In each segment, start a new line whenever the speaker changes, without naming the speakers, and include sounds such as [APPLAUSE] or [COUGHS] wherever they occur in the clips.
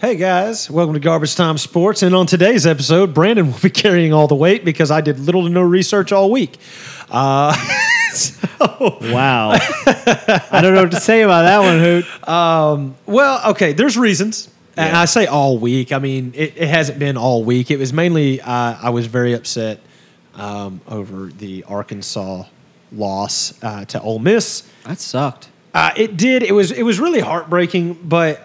guys, welcome to Garbage Time Sports. And on today's episode, Brandon will be [LAUGHS] carrying all the weight because I did little to no research all week. Uh, so- [LAUGHS]
Wow. I don't know what to say about that one, Hoot.
Well, okay, there's reasons. And I say all week. I mean, it, it hasn't been all week. It was mainly uh, I was very upset um, over the Arkansas loss uh, to Ole Miss.
That sucked.
Uh, it did. It was it was really heartbreaking. But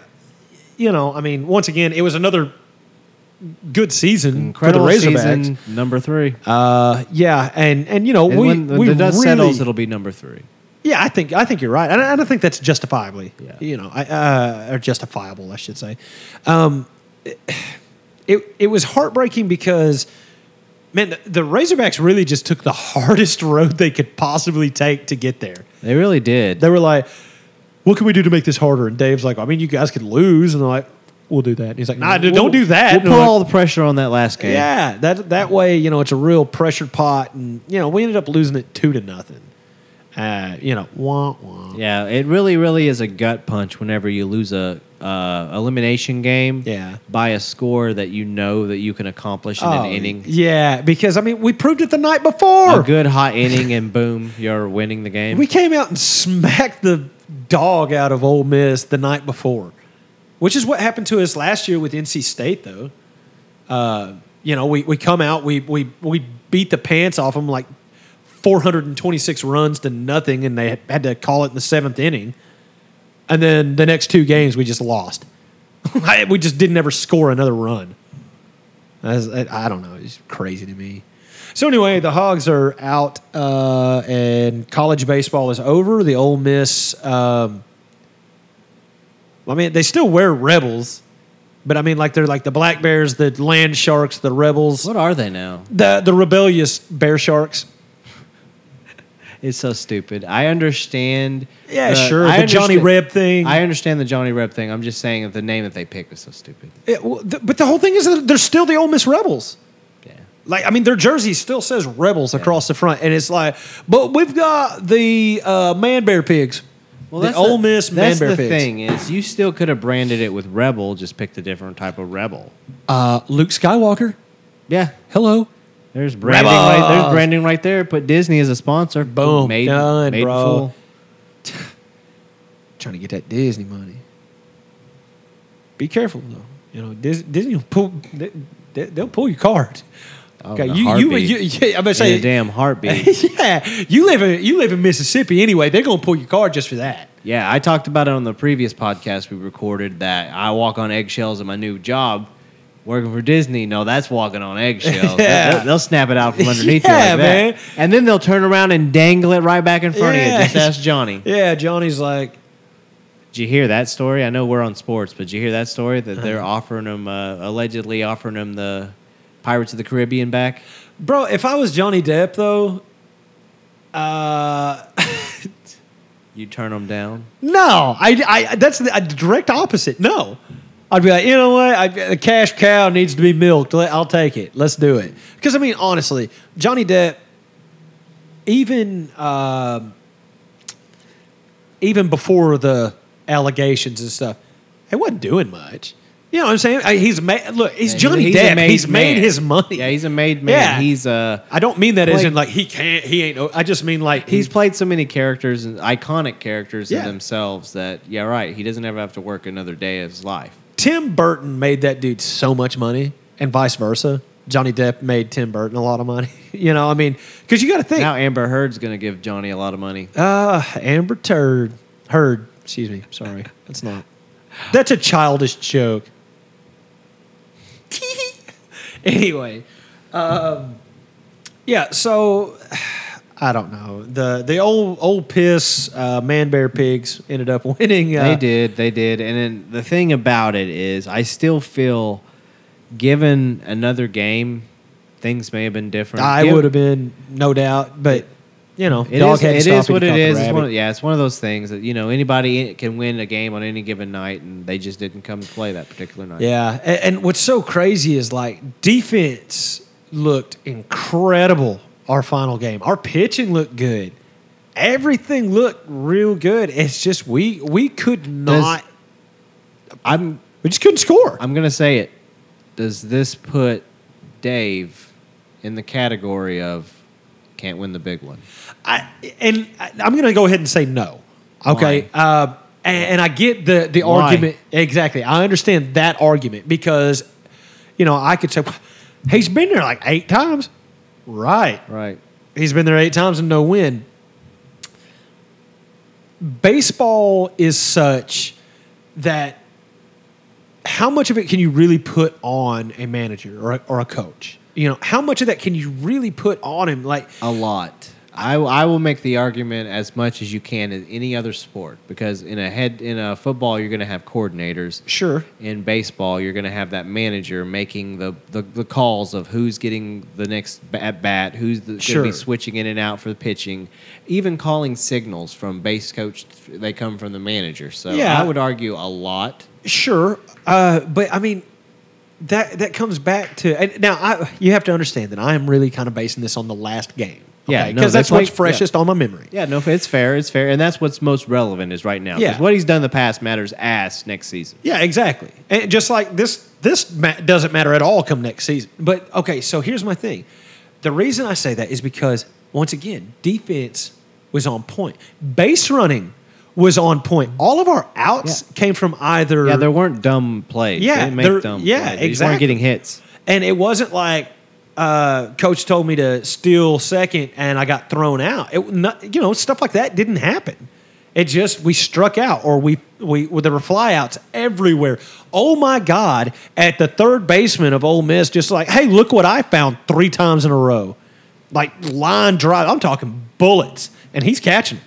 you know, I mean, once again, it was another good season
Incredible
for the Razorbacks.
season, number three.
Uh, yeah, and and you know
and
we
when
we
the dust
really,
settles, it'll be number three.
yeah, I think I think you're right, and I, and I think that's justifiably,
Yeah.
you know, I, uh, or justifiable, I should say. Um, it it was heartbreaking because, man, the, the Razorbacks really just took the [LAUGHS] hardest road they could possibly take to get there.
They really did.
They were like, "What can we do to make this harder?" And Dave's like, "I mean, you guys could lose," and they're like, "We'll do that." And he's like, "Nah, dude, don't do that."
We'll
And
put
I'm like,
all the pressure on that last game.
yeah, that that way, you know, it's a real pressure pot, and you know, we ended up losing it two to nothing. Uh, you know, wah wah.
Yeah, it really, really is a gut punch whenever you lose a uh, elimination game
Yeah.
by a score that you know that you can accomplish in
Oh,
an inning.
Yeah, because I mean, we proved it the night before.
A good hot inning, and boom, you're winning the game.
We came out and smacked the dog out of Ole Miss the night before, which is what happened to us last year with NC State, though. Uh, you know, we, we come out, we, we, we beat the pants off them like 426 runs to nothing, and they had to call it in the seventh inning. And then the next two games, we just lost. we just didn't ever score another run. That's- I I don't know. It's crazy to me. So anyway, the Hogs are out, uh, and college baseball is over. The Ole Miss. Um, I mean, they still wear Rebels, but I mean, like they're like the Black Bears, the Land Sharks, the Rebels,
what are they now?
the the rebellious Bear Sharks.
It's so stupid. I understand.
Yeah, sure, the Johnny
understand-
Reb thing.
I understand the Johnny Reb thing. I'm just saying that the name that they picked is so stupid.
It- well, th- but the whole thing is that they're still the Ole Miss Rebels.
Yeah.
Like I mean, their jersey still says Rebels across the front, and it's like, but we've got the uh, Man Bear Pigs. Well, the Ole Miss Man
That's
Bear
the
Pigs.
thing is, you still could have branded it with Rebel, just picked a different type of Rebel.
Uh, Luke Skywalker.
Yeah,
Hello.
there's branding. Right, there's branding right there. Put Disney as a sponsor.
Boom.
made,
Done,
made in
bro.
full.
Trying to get that Disney money. Be careful though. You know, Dis- Disney will pull. They, they- they'll pull your card.
Oh,
okay,
in a
you, you,
heartbeat.
you, yeah, I'm gonna
In
say,
a damn
[LAUGHS]
heartbeat.
yeah, you live in you live in Mississippi anyway. They're gonna pull your card just for that.
Yeah, I talked about it on the previous podcast we recorded that I walk on eggshells in my new job working for Disney. No, that's walking
[LAUGHS]
on eggshells.
Yeah.
They'll, they'll snap it out from underneath
[LAUGHS]
you
Yeah,
like
man.
that. And then they'll turn around and dangle it right back in front of
Yeah.
you.
[LAUGHS]
Just ask Johnny.
Yeah, Johnny's like,
Did you hear that story? I know we're on sports, but did you hear that story
Uh-huh.
that they're offering them, uh, allegedly offering them the Pirates of the Caribbean back?
Bro, if I was Johnny Depp though, uh, [LAUGHS]
You turn them down?
no, I, I that's the a direct opposite. No, I'd be like, you know what, I, the cash cow needs to be milked. Let- I'll take it. Let's do it. Because I mean, honestly, Johnny Depp, even um even before the allegations and stuff, he wasn't doing much. You know what I'm saying? I- He's ma- look, he's
Yeah,
Johnny
he's a
Depp.
made
He's made
man.
his money.
Yeah, he's a made man.
Yeah.
He's uh,
I don't mean that as
Like-
in like he can't, he ain't. no- I just mean like
he's played so many characters and iconic characters
Yeah.
in themselves that yeah right he doesn't ever have to work another day of his life
Tim Burton made that dude so much money, and vice versa. Johnny Depp made Tim Burton a lot of money. [LAUGHS] you know, I mean, because you got to think.
now amber heard's going to give johnny a lot of money
uh, Amber Turd, Heard, excuse me, sorry, that's not. That's a childish joke. [LAUGHS] anyway, um, yeah. So [SIGHS] I don't know the the old old piss uh, man bear pigs ended up [LAUGHS] winning. Uh,
they did they did and then the thing about it is i still feel given another game things may have been different
I
Giv-
would have been, no doubt. But you know,
It
dog
is-
had to
it
stop
is
him
what
to
it
catch a
is. It's one
rabbit.
of- yeah, it's one of those things that you know anybody can win a game on any given night, and they just didn't come to play that particular night.
Yeah, and, and what's so crazy is like defense looked incredible. Our final game, our pitching looked good. Everything looked real good. It's just we we could not.
I'm
We just couldn't score.
I'm gonna say it. Does this put Dave in the category of can't win the big one?
I, and I- I'm going to go ahead and say no. Okay. Uh, and, and I get the, the
Why?
argument. Exactly. I understand that argument because, you know, I could say, he's been there like eight times. Right.
Right.
He's been there eight times and no win. Baseball is such that how much of it can you really put on a manager or a, or a coach? You know, how much of that can you really put on him? Like,
A lot. I, I will make the argument as much as you can in any other sport because in a head in a football you're going to have coordinators.
sure,
In baseball, you're going to have that manager making the, the, the calls of who's getting the next ba- at bat, who's the,
Sure.
going to be switching in and out for the pitching, even calling signals from base coach. They come from the manager, so
Yeah.
I would argue a lot.
Sure, uh, but I mean that that comes back to and now. I you have to understand that I am really kind of basing this on the last game.
Yeah, no,
because that's
that's why-
what's freshest on my memory.
Yeah, no, it's fair. It's fair, and that's what's most relevant is right now. 'cause
Yeah.
what he's done in the past matters ass next season.
Yeah, exactly. And just like this, this ma- doesn't matter at all come next season. But okay, so here's my thing. The reason I say that is because once again, defense was on point. Base running was on point. All of our outs
Yeah.
came from either
Yeah, there weren't dumb plays. They
Yeah,
didn't make
there-
dumb.
yeah,
plays. They just
exactly.
weren't getting hits.
And it wasn't like uh, coach told me to steal second and I got thrown out. It not, you know stuff like that didn't happen. It just we struck out or we we well, there were flyouts everywhere. Oh my God! At the third baseman of Ole Miss, just like hey, look what I found three times in a row, like line drive. I'm talking bullets, and he's catching. 'em.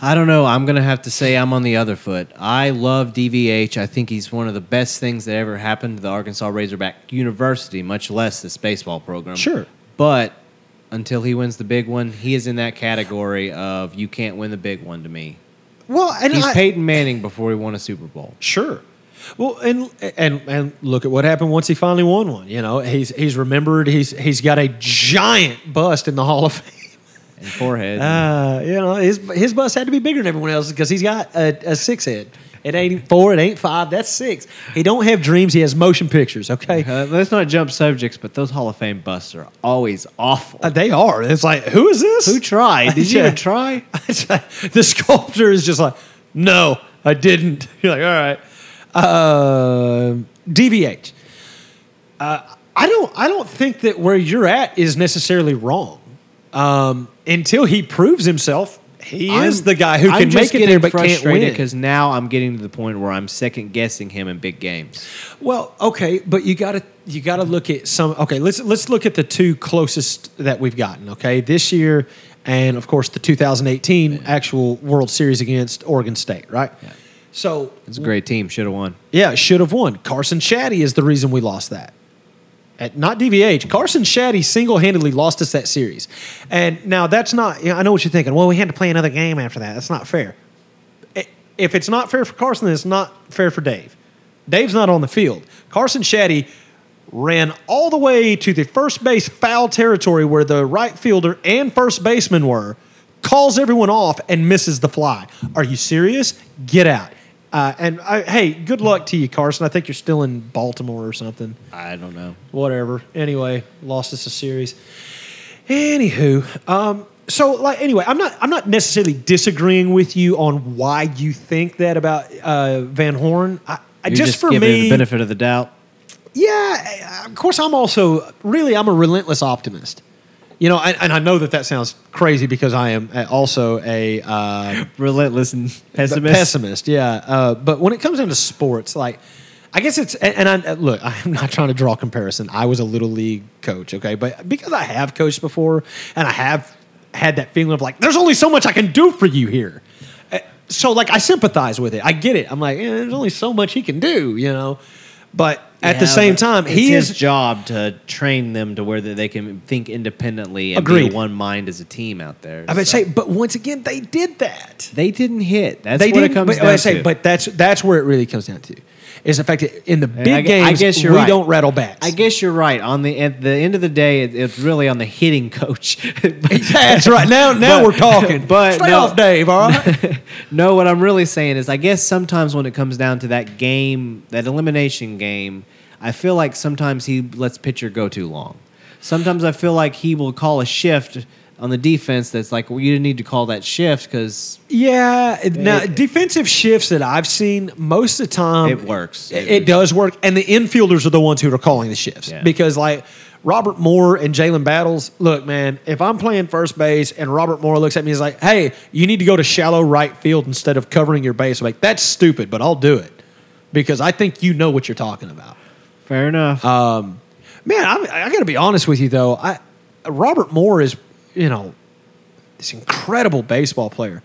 I don't know. I'm gonna have to say I'm on the other foot. I love DVH. I think he's one of the best things that ever happened to the Arkansas Razorback University, much less this baseball program.
Sure.
but until he wins the big one, he is in that category of you can't win the big one to me.
Well, and
He's
I-
Peyton Manning before he won a Super Bowl.
Sure. Well, and and and look at what happened once he finally won one. You know, he's he's remembered. He's he's got a giant bust in the Hall of Fame.
And
[LAUGHS]
forehead.
Uh, you know, his his bust had to be bigger than everyone else's because he's got a, a six head. It ain't four. It ain't five. That's six. He don't have dreams. He has motion pictures. Okay.
Uh, let's not jump subjects, but those Hall of Fame busts are always awful.
Uh, they are. It's like, who is this?
Who tried? Did you
[LAUGHS] Yeah.
even try?
It's like, the sculptor is just like, no, I didn't. [LAUGHS] You're like, all right. Uh, DVH. Uh, I don't. I don't think that where you're at is necessarily wrong. Um, until he proves himself, he is
I'm-
the guy who
I'm
can
just
make it there
getting
but can't
frustrated
win.
Because now I'm getting to the point where I'm second guessing him in big games.
Well, okay, but you gotta you gotta look at some. Okay, let's let's look at the two closest that we've gotten. Okay, this year, and of course the 2018 actual World Series against Oregon State. Right. So
It's a great team. Should have won.
yeah, should have won. Carson Shaddy is the reason we lost that. At not DVH, Carson Shaddy single handedly lost us that series. And now that's not. You know, I know what you're thinking. Well, we had to play another game after that. That's not fair. I- If it's not fair for Carson, then it's not fair for Dave. Dave's not on the field. Carson Shaddy ran all the way to the first base foul territory where the right fielder and first baseman were, calls everyone off and misses the fly. Are you serious? Get out. Uh, and I, hey, good luck to you, Carson. I think you're still in Baltimore or something.
I don't know.
Uh, Whatever. Anyway, lost us a series. Anywho, um, so like anyway, I'm not I'm not necessarily disagreeing with you on why you think that about uh, Van Horn. I, I
You're
just, for
giving him
me,
the benefit of the doubt.
yeah, of course, I'm also really I'm a relentless optimist. You know, and, and I know that that sounds crazy because I am uh, also a uh,
Relentless and pessimist.
pessimist. Yeah, uh, but when it comes down to sports, like I guess it's and, and I look, [LAUGHS] I'm not trying to draw comparison. I was a little league coach, okay, but because I have coached before and I have had that feeling of like, there's only so much I can do for you here. Uh, So like, I sympathize with it. I get it. I'm like, eh, there's only so much he can do, you know. But at
Yeah,
the same
but
time,
it's
he
his
is
job to train them to where that they can think independently and be
Agreed.
one mind as a team out there.
I would
So-
say, but once again, they did that.
they didn't hit. That's
They
what
did
it comes
but,
down
I say,
to.
But that's that's where it really comes down to. is the fact that in the big
I gu- I
games
guess you're
we
right.
don't rattle bats.
I guess you're right. On the at the end of the day, it, it's really on the hitting coach.
[LAUGHS]
[LAUGHS]
That's right. Now, now
But-
we're talking.
[LAUGHS] but
straight
no.
off, Dave. All
[LAUGHS]
right.
no, what I'm really saying is, I guess sometimes when it comes down to that game, that elimination game, I feel like sometimes he lets pitcher go too long. Sometimes I feel like he will call a shift on the defense that's like, well, you didn't need to call that shift because
yeah. Now,
It-
defensive shifts that I've seen most of the time
It works.
It, it does work, and the infielders are the ones who are calling the shifts
Yeah.
because like. Robert Moore and Jalen Battles, look, man, if I'm playing first base and Robert Moore looks at me and is like, hey, you need to go to shallow right field instead of covering your base, I'm like, that's stupid, but I'll do it because I think you know what you're talking about.
fair enough.
Man, I, I got to be honest with you though. I Robert Moore is, you know, this incredible baseball player.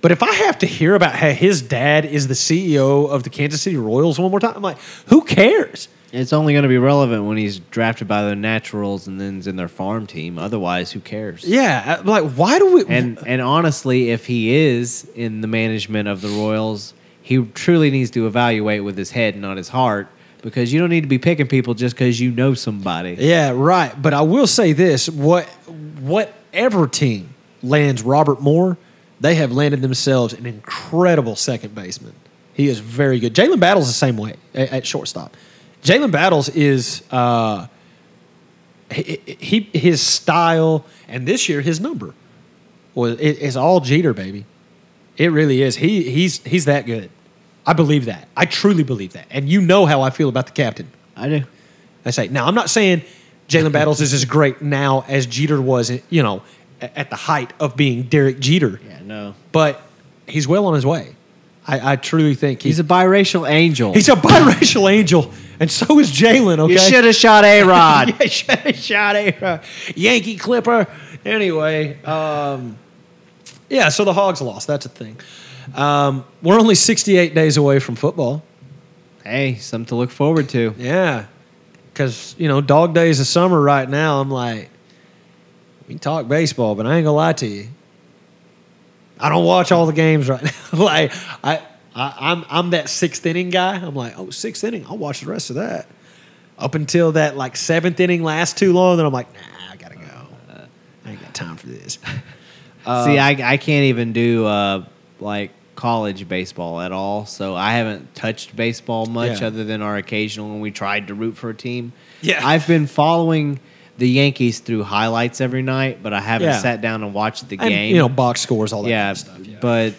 But if I have to hear about how his dad is the CEO of the Kansas City Royals one more time, I'm like, who cares?
it's only going to be relevant when he's drafted by the Naturals and then's in their farm team. Otherwise, who cares?
Yeah, I- like why do we?
And and honestly, if he is in the management of the Royals, he truly needs to evaluate with his head, not his heart, because you don't need to be picking people just because you know somebody.
yeah, right. But I will say this: what whatever team lands Robert Moore, they have landed themselves an incredible second baseman. He is very good. Jalen Battles the same way at, at shortstop. Jalen Battles is. Uh, he, he his style and this year his number was it, it's all Jeter, baby. It really is. He he's he's that good. I believe that. I truly believe that. And you know how I feel about the captain.
I do.
I say now I'm not saying Jalen Battles is as great now as Jeter was, you know, a- at the height of being Derek Jeter,
Yeah, no.
but he's well on his way. I, I truly think he-
He's a biracial angel.
he's a biracial angel, and so is Jalen. Okay,
you should have shot A
[LAUGHS]
Rod.
yeah, shot, shot a uh, Yankee Clipper. Anyway, um, yeah, so the Hogs lost. That's a thing. Um, we're only 68 days away from football.
hey, something to look forward to.
Yeah. Because, you know, dog days of summer right now, I'm like, we can talk baseball, but I ain't going to lie to you. I don't watch all the games right now. [LAUGHS] like, I, I, I'm, I'm that sixth inning guy. I'm like, oh, sixth inning, I'll watch the rest of that. Up until that, like, seventh inning lasts too long, then I'm like, nah, I got to go. I ain't got time for this. Um,
See, I I can't even do uh like college baseball at all. So I haven't touched baseball much
Yeah.
other than our occasional when we tried to root for a team.
Yeah.
I've been following the Yankees through highlights every night, but I haven't
Yeah.
sat down and watched the
And,
game.
you know, box scores, all that
yeah,
kind of stuff. Yeah.
but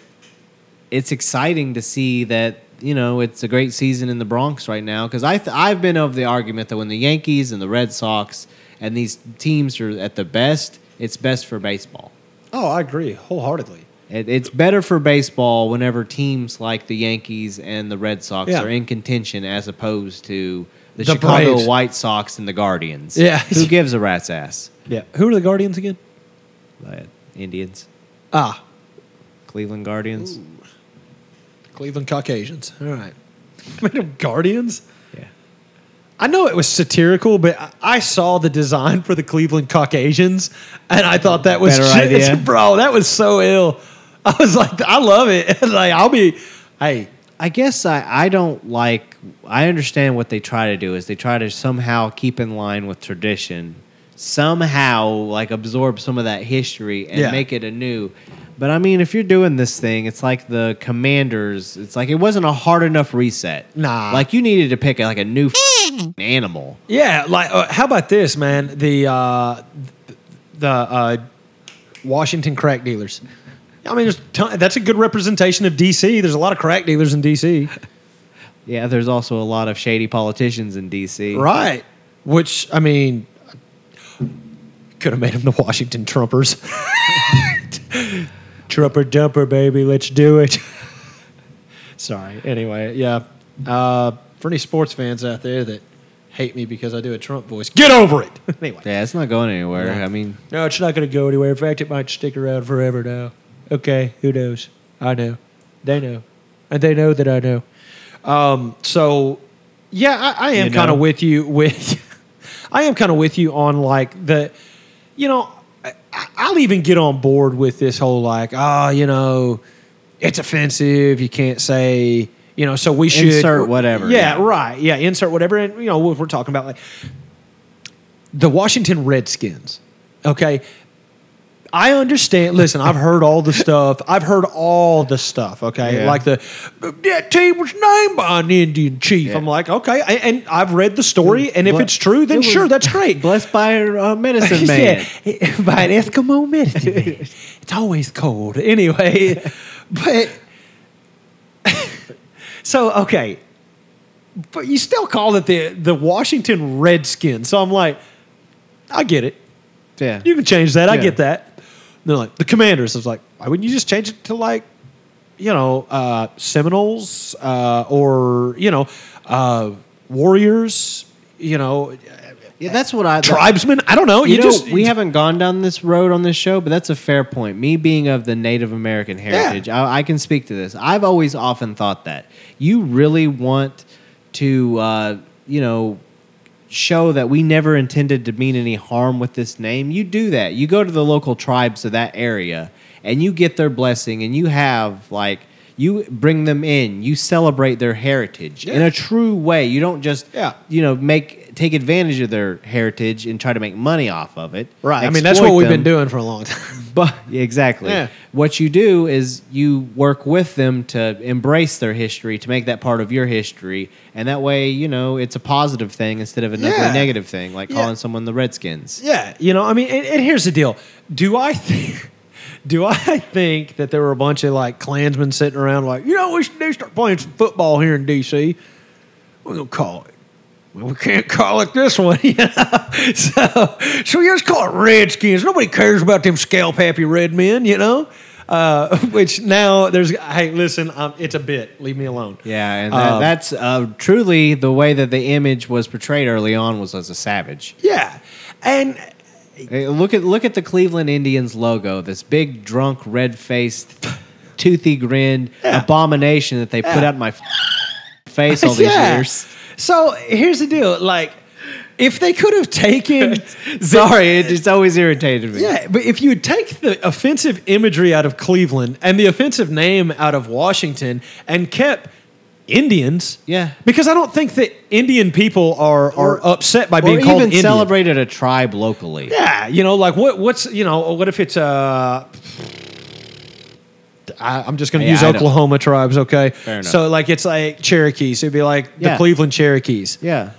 it's exciting to see that you know it's a great season in the Bronx right now because I th- I've been of the argument that when the Yankees and the Red Sox and these teams are at the best, it's best for baseball.
oh, I agree wholeheartedly.
It, it's better for baseball whenever teams like the Yankees and the Red Sox
Yeah.
are in contention as opposed to the,
The
Chicago
Braves.
White Sox and the Guardians.
Yeah.
Who gives a rat's ass?
Yeah. Who are the Guardians again?
Uh, Indians,
Ah,
Cleveland Guardians.
Cleveland Caucasians. All [LAUGHS] right. Made 'em Guardians?
Yeah.
I know it was satirical, but I- I saw the design for the Cleveland Caucasians, and I thought that was
Better
just,
idea.
[LAUGHS] bro. That was so ill. [LAUGHS] I was like, I love it. [LAUGHS] like I'll be, hey,
I guess I, I don't like I understand what they try to do is they try to somehow keep in line with tradition, somehow like absorb some of that history and
Yeah.
make it anew. But I mean, if you're doing this thing, it's like the commanders. It's like it wasn't a hard enough reset.
Nah.
like you needed to pick like a new f- animal.
yeah. Like, uh, how about this, man? The uh, th- the uh, Washington crack dealers. I mean, there's ton- that's a good representation of DC. There's a lot of crack dealers in DC.
Yeah, there's also a lot of shady politicians in D.C.
Right. Which, I mean, could have made them the Washington Trumpers. [LAUGHS] Trumper dumper, baby. Let's do it. [LAUGHS] Sorry. Anyway, yeah. Uh, for any sports fans out there that hate me because I do a Trump voice, get over it. [LAUGHS] anyway.
Yeah, it's not going anywhere.
Yeah.
I mean,
No, it's not going to go anywhere. In fact, it might stick around forever now. Okay, who knows? I know. They know. And they know that I know. Um, so, yeah, I, I am
You
kind
know.
of with you with. [LAUGHS] I am kind of with you on like the, you know, I, I- I'll even get on board with this whole like, ah, you know, it's offensive. You can't say You know, so we should
Insert whatever,
Yeah,
yeah.
right. Yeah, insert whatever. And you know, we're we're talking about like the Washington Redskins. Okay. I understand. Listen, I've heard all the stuff. I've heard all the stuff. Okay,
Yeah.
like the that team was named by an Indian chief.
Yeah.
I'm like, okay, a- and I've read the story, and if
Ble-
it's true, then
it was
sure, that's
[LAUGHS]
great.
Blessed by a
[LAUGHS]
uh, medicine man.
Yeah, by an Eskimo medicine
[LAUGHS]
man. It's always cold. Anyway, but [LAUGHS] so okay, but you still call it the the Washington Redskins. So I'm like, I get it.
Yeah.
You can change that. I
Yeah.
get that. And they're like the Commanders. I was like, why wouldn't you just change it to like, you know, uh, Seminoles uh, or you know, uh, Warriors. You know,
yeah, that's what I.
tribesmen. I don't know.
You,
You,
know,
just
we haven't gone down this road on this show, but that's a fair point. Me being of the Native American heritage, I, I can speak to this. I've always often thought that you really want to, uh, you know, show that we never intended to mean any harm with this name. You do that. You go to the local tribes of that area, and you get their blessing, and you have like. You bring them in. You celebrate their heritage in
Yeah.
a true way. You don't just
Yeah.
you know make take advantage of their heritage and try to make money off of it
right. I mean, that's what
exploit
we've been
them.
doing for a long time. [LAUGHS]
but [LAUGHS] exactly
Yeah.
what you do is you work with them to embrace their history to make that part of your history and that way you know it's a positive thing instead of another
Yeah.
negative thing like
Yeah.
calling someone the redskins
yeah, you know. I mean, and, and here's the deal. Do I think? [LAUGHS] Do I think that there were a bunch of like Klansmen sitting around like, you know, what we should do start playing some football here in DC. We're gonna call it. Well, we can't call it this one, [LAUGHS] you know. So, so we just call it Redskins. Nobody cares about them scalp happy red men, you know. Uh, [LAUGHS] which now there's hey, listen, um, it's a bit. Leave me alone.
yeah and that,
Um,
that's uh, truly the way that the image was portrayed early on was as a savage
yeah, and
Hey, look at look at the Cleveland Indians logo. This big drunk, red faced, [LAUGHS] toothy grinned
Yeah.
abomination that they put
Yeah.
out in my [LAUGHS] f- face all these
[LAUGHS] Yeah.
years.
So here's the deal: like, if they could have taken,
[LAUGHS] Sorry, it just always irritated me.
yeah, but if you would take the offensive imagery out of Cleveland and the offensive name out of Washington and kept Indians,
Yeah.
because I don't think that Indian people are are upset by
Or
being
even
called Indian.
celebrated a tribe locally.
Yeah, you know, like what what's you know what if it's uh. I, I'm just going to
Yeah,
use
I don't-
Oklahoma tribes, okay?
Fair enough.
So, like, it's like Cherokees. It'd be like the
Yeah.
Cleveland Cherokees.
Yeah.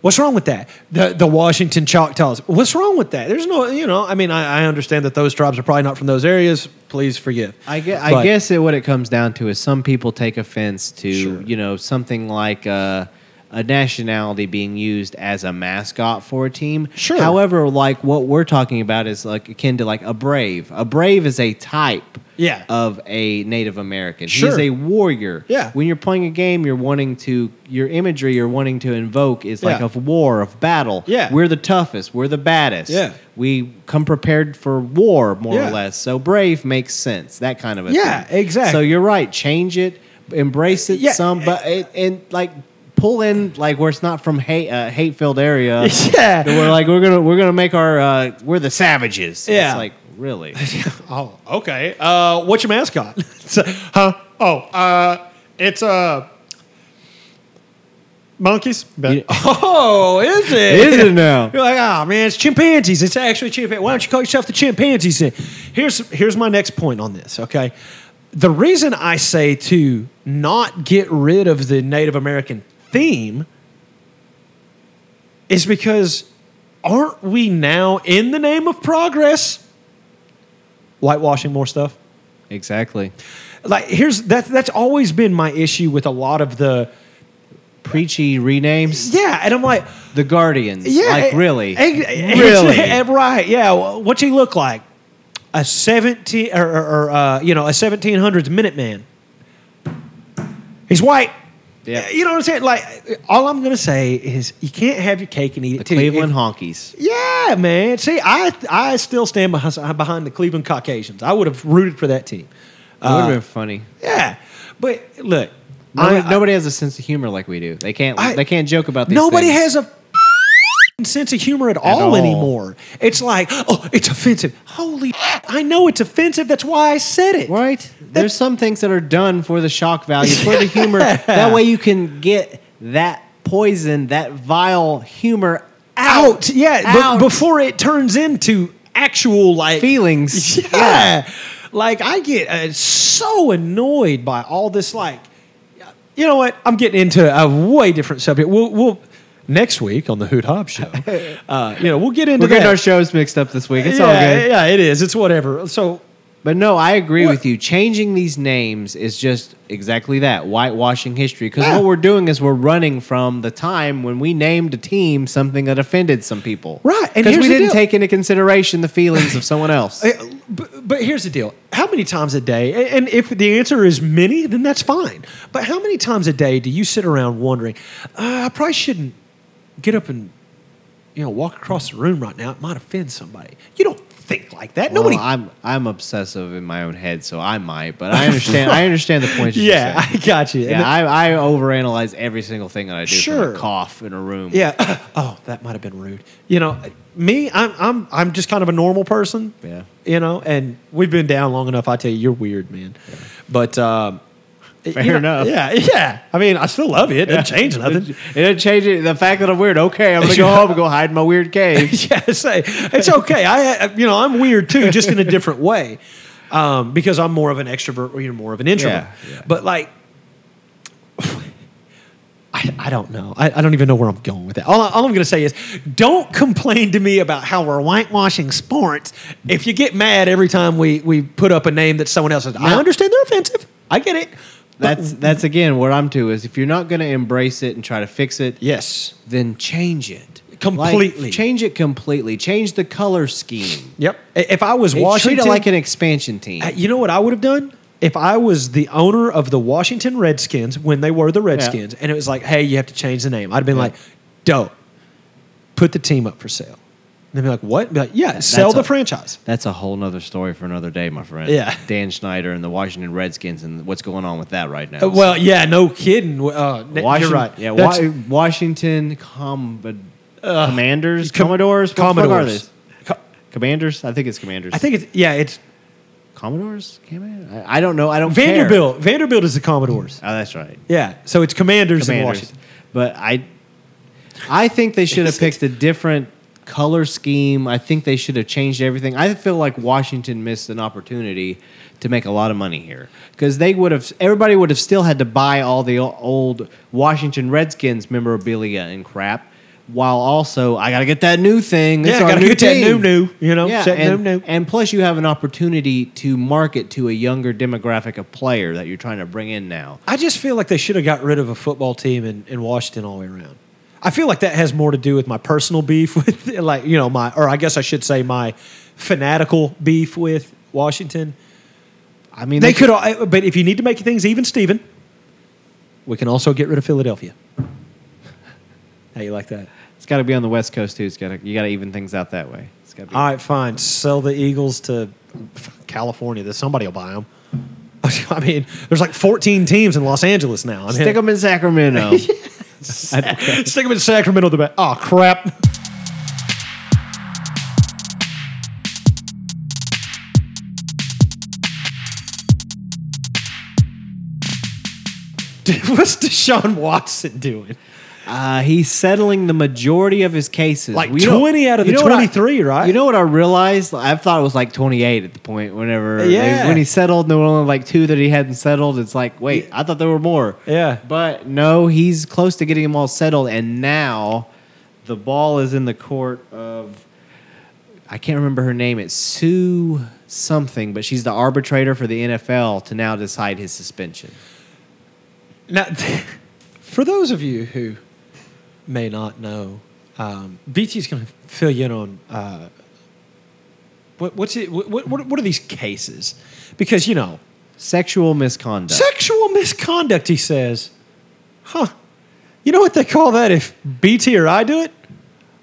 What's wrong with that? The the Washington Choctaws. What's wrong with that? There's no, you know, I mean, I, I understand that those tribes are probably not from those areas. Please forgive.
I guess,
But-
I guess it, what it comes down to is some people take offense to
Sure.
you know something like uh, a nationality being used as a mascot for a team.
Sure.
However, like what we're talking about is like akin to like a brave. A brave is a type.
Yeah.
Of a Native American. He's
Sure.
a warrior.
Yeah.
When you're playing a game, you're wanting to your imagery you're wanting to invoke is like
Yeah.
of war, of battle.
Yeah.
We're the toughest. We're the baddest.
Yeah.
We come prepared for war, more
Yeah.
or less. So brave makes sense. That kind of a
Yeah,
thing.
exactly.
So you're right. Change it, embrace it
Yeah.
some, but it, and like pull in like where it's not from hate uh, hate filled area.
[LAUGHS] Yeah.
we're like we're gonna we're gonna make our uh, we're the savages.
Yeah.
it's like
[LAUGHS]
really.
Oh, okay. Uh, what's your [LAUGHS] mascot? It's a- huh? Oh, uh, it's uh, monkeys.
You-
[LAUGHS] Oh, is it?
Is it now?
You're like, oh man, it's chimpanzees. It's actually chimpanzees. Why don't you call yourself the chimpanzees? then?" Here's here's my next point on this. Okay, the reason I say to not get rid of the Native American theme is because aren't we now in the name of progress whitewashing more stuff?
exactly.
Like here's that that's always been my issue with a lot of the
Preachy renames
yeah, and I'm like.
the guardians.
Yeah,
like
eh,
really,
eh, [LAUGHS] eh,
really.
eh, right. Yeah. Wha- What's he look like? A seventeen or, or, or uh, you know a seventeen hundreds Minuteman. He's white.
Yeah.
You know what I'm saying? Like, eh, all I'm gonna say is you can't have your cake and eat
the
it too.
Cleveland
If-
honkies.
yeah, man. See, I I still stand behind, behind the Cleveland Caucasians. I would have rooted for that team.
That would
Uh,
have been funny.
Yeah, but look,
Nobody,
I- I-
nobody has a sense of humor like we do. They can't.
I-
they can't joke about these.
Nobody
things.
has a sense of humor at, all,
all.
anymore. It's like, oh, it's offensive. Holy, I know it's offensive. That's why I said it.
Right? There's some things that are done for the shock value, for the
[LAUGHS]
humor. That way you can get that poison, that vile humor
Out, yeah, be-
Out.
before it turns into actual like
feelings.
[LAUGHS] Yeah. Like I get uh, so annoyed by all this. Like, you know what? I'm getting into a way different subject. We'll, we'll next week on the Hoot Hob
[LAUGHS]
Show. Uh, you know, we'll get into
We're getting
that.
our shows mixed up this week. It's
yeah,
all good.
yeah, it is. It's whatever. So
But no, I agree
What-
with you. Changing these names is just exactly that whitewashing history. Because
Yeah.
what we're doing is we're running from the time when we named a team something that offended some people.
Right, and
Because
here's
we
the
didn't
deal.
take into consideration the feelings of
[LAUGHS]
someone else.
Uh, but, but here's the deal how many times a day a- and if the answer is many then that's fine but how many times a day do you sit around wondering uh, i probably shouldn't get up and you know walk across the room right now it might offend somebody you don't think like that
Well,
nobody
I'm I'm obsessive in my own head, so I might. But I understand. I understand the point.
[LAUGHS]
You're
[LAUGHS] yeah
saying.
i got you And
yeah. I, I overanalyze every single thing that I do.
Sure.
From a cough in a room.
Yeah. [COUGHS] Oh, that might have been rude. You know, me, I'm I'm I'm just kind of a normal person.
Yeah.
You know, and we've been down long enough. I tell you, you're weird, man. But um, you
Fair
know,
enough.
Yeah. Yeah. I mean, I still love it. It didn't change nothing.
[LAUGHS] It didn't change it. The fact that I'm weird. Okay, I'm gonna go home and go hide in my
[LAUGHS]
weird cave.
yeah. Say it's okay. I you know I'm weird too, just in a different way, um, because I'm more of an extrovert or you're more of an introvert.
Yeah, yeah.
But like. [SIGHS] I, I don't know. I, I don't even know where I'm going with that. All, I, all I'm going to say is don't complain to me about how we're whitewashing sports if you get mad every time we, we put up a name that someone else says. I
No.
understand they're offensive. I get it. But-
That's that's again what I'm to is if you're not gonna embrace it and try to fix it,
yes.
then change it Like,
Completely.
change it completely. Change the color scheme.
Yep. I- If I was Washington.
Treat it like an expansion team.
Uh, You know what I would have done? If I was the owner of the Washington Redskins when they were the Redskins and it was like, hey, you have to change the name, I'd have been
Yeah.
like, dope, put the team up for sale. And they'd be like, what? Be like, yeah, sell the
a-
franchise.
That's a whole nother story for another day, my friend.
Yeah.
Dan Schneider and the Washington Redskins and what's going on with that right now.
Uh, well, yeah, no kidding. Uh, n-
Washington,
you're right.
Yeah,
That's-
Wa- Washington Com- Commanders,
Com-
Commodores, What the fuck are
Commodores.
these?
Co-
Commanders. I think it's Commanders.
I think it's, yeah, it's
Commodores. Command- I, I don't know. I don't care.
Vanderbilt. Vanderbilt is the Commodores.
Oh, that's right.
Yeah, so it's Commanders, in
Commanders.
Washington.
But I, I think
[LAUGHS]
they should have picked a different color scheme. I think they should have changed everything. I feel like Washington missed an opportunity to make a lot of money here because they would have. Everybody would have still had to buy all the o- old Washington Redskins memorabilia and crap. While also, I gotta get that new thing. It's
Yeah,
our
gotta
new
get that new,
team.
new, you know,
Yeah,
set new,
and,
new.
and plus you have an opportunity to market to a younger demographic of player that you're trying to bring in now.
I just feel like they should have got rid of a football team in, in Washington all the way around. I feel like that has more to do with my personal beef [LAUGHS] with, like, you know, my, or I guess I should say my fanatical beef with Washington.
I mean,
They could, all, but if you need to make things even, Steven, we can also get rid of Philadelphia. How you like that?
It's got to be on the West Coast too. It's got to you got to even things out that way. It's got to be.
All right, fine. Sell the Eagles to California. That somebody will buy them. [LAUGHS] I mean, there's like 14 teams in Los Angeles now. I mean,
Stick them in Sacramento.
[LAUGHS] Stick them in Sacramento. The back. Oh crap. [LAUGHS] Dude, What's Deshaun Watson doing?
[LAUGHS] uh, he's settling the majority of his cases.
Like
You know-
20 out of
you
the
know what I-
23, right?
You know what I realized? I thought it was like 28 at the point whenever
Yeah.
they- when he settled, there were only like two that he hadn't settled. It's like, wait, I thought there were more.
Yeah.
But no, he's close to getting them all settled, and now the ball is in the court of I can't remember her name. It's Sue something, but she's the arbitrator for the NFL to now decide his suspension.
Now, [LAUGHS] for those of you who may not know, um, BT's going to fill you in on uh, what, what's it, what, what, what are these cases? Because, you know,
Sexual misconduct.
Sexual misconduct, he says. Huh. You know what they call that if BT or I do it?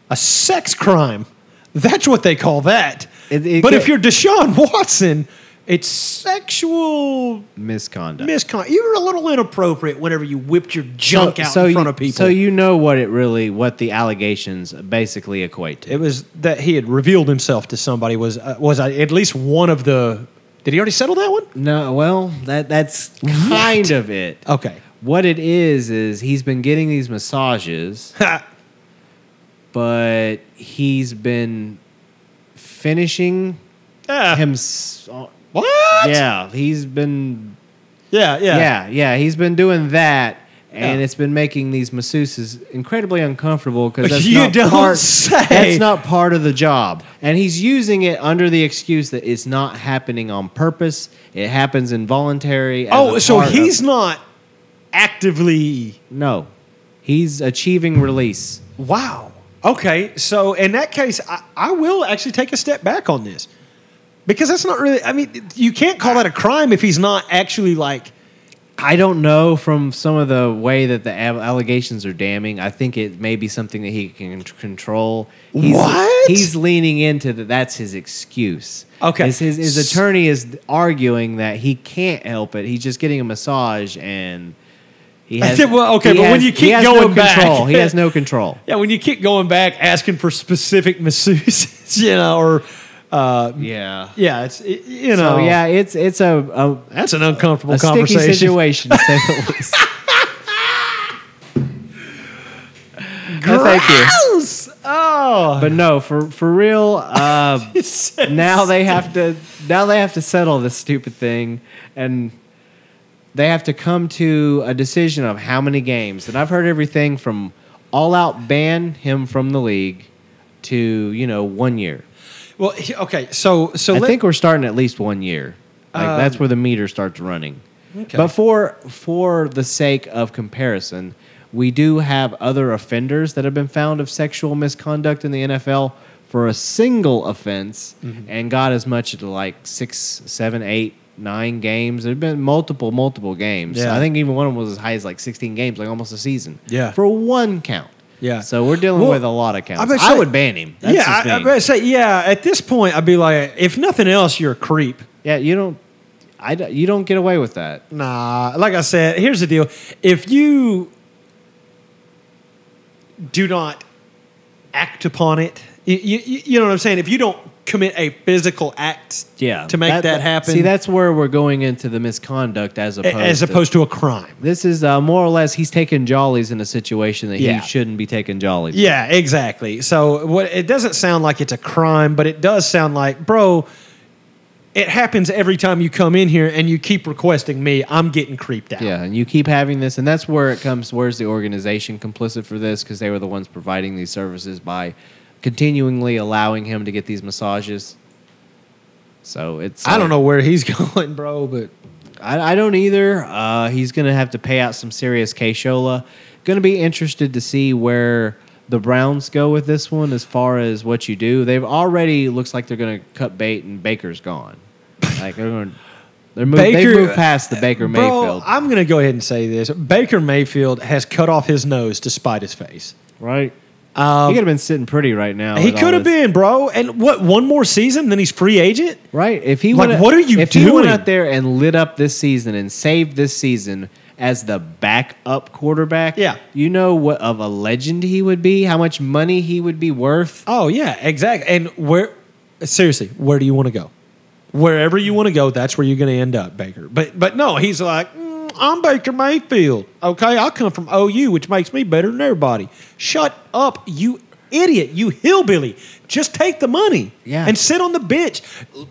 A sex crime. That's what they call that.
It- it
but
go-
if you're Deshaun Watson, It's sexual
misconduct.
misconduct. You were a little inappropriate whenever you whipped your junk out in front
you,
of people.
So you know what it really, what the allegations basically equate to.
it was that he had revealed himself to somebody. Was uh, was I, at least one of the? Did he already settle that one?
No, well, that that's kind of it.
Okay.
What it is is he's been getting these massages,
Ha.
but he's been finishing
Yeah.
him.
Ah.
uh,
What?
Yeah, he's been.
Yeah. Yeah.
Yeah, yeah, he's been doing that, and
Yeah.
it's been making these masseuses incredibly uncomfortable because that's
You
not
don't
part,
say.
That's not part of the job, and he's using it under the excuse that it's not happening on purpose. It happens involuntary. as
Oh,
a
so
part of-
he's not actively.
No, he's achieving release.
Wow. Okay. So in that case, I, I will actually take a step back on this because that's not really. I mean, you can't call that a crime if he's not actually like.
I don't know from some of the way that the al- allegations are damning. I think it may be something that he can c- control. He's,
What?
He's leaning into that. That's his excuse.
Okay.
His, his, his
S-
attorney is arguing that he can't help it. He's just getting a massage and he has.
Well, okay,
he
but when
has-
you
he
keep
has
going
no
back-
control. he
[LAUGHS]
has no control.
Yeah, when you keep going back asking for specific [LAUGHS] masseuses, you know, or uh,
Yeah.
yeah, it's it, you know,
So yeah, it's it's a a,
that's an uncomfortable
a sticky
conversation.
situation. to say
[LAUGHS]
the least. No, thank you.
Gross! Oh, [LAUGHS]
But no, for for real. Uh, [LAUGHS]
it's,
now they have to now they have to settle this stupid thing and they have to come to a decision of how many games and i've heard everything from all out ban him from the league to you know one year
well, he- okay, so so
i
let-
think we're starting at least one year like
Um,
that's where the meter starts running
Okay.
but for for the sake of comparison we do have other offenders that have been found of sexual misconduct in the nfl for a single offense
Mm-hmm.
and got as much as like six seven eight nine games there have been multiple multiple games
Yeah.
i think even one of them was as high as like 16 games like almost a season
Yeah.
for one count
Yeah.
so we're dealing
Well,
with a lot of counts i,
bet say-
would ban him That's
yeah,
his
I, I
thing.
bet say yeah. At this point, I'd be like, if nothing else, you're a creep.
Yeah, you don't. I d- you don't get away with that.
Nah, like I said, here's the deal. If you do not act upon it, you, you, you know what I'm saying? If you don't commit a physical act to make that, happen
See, that's where we're going into the misconduct as
a-
opposed
as
to-
opposed to a crime.
This is uh, more or less he's taking jollies in a situation that
Yeah.
he shouldn't be taking jollies.
Yeah, exactly. So what it doesn't sound like it's a crime, but it does sound like, bro, it happens every time you come in here and you keep requesting me, I'm getting creeped out.
Yeah, and you keep having this, and that's where it comes. Where's the organization complicit for this? Because they were the ones providing these services by continually allowing him to get these massages. So it's
I
like-
don't know where he's [LAUGHS] going, bro, but
I, I don't either. Uh, he's going to have to pay out some serious cashola. Going to be interested to see where the Browns go with this one as far as what you do. They've already looks like they're going to cut bait and Baker's gone. Like they're going, they're move,
Baker-
they've moved past the Baker
Bro,
Mayfield,
I'm going to go ahead and say this: Baker Mayfield has cut off his nose to spite his face.
right? he could have been sitting pretty right now.
Um, He
with all
could have
this.
been, bro. And what? One more season, then he's free agent.
right. If he
Like,
went,
what are you
if he went
doing?
out there and lit up this season and saved this season as the backup quarterback,
Yeah.
you know what of a legend he would be, how much money he would be worth.
Oh yeah, exactly. And where? Seriously, where do you want to go? Wherever you want to go, that's where you're going to end up, Baker. But but no, he's like, "Mm, I'm Baker Mayfield. Okay, I come from OU, which makes me better than everybody. Shut up, you idiot, you hillbilly. Just take the money
Yeah. Er,
and sit on the bench,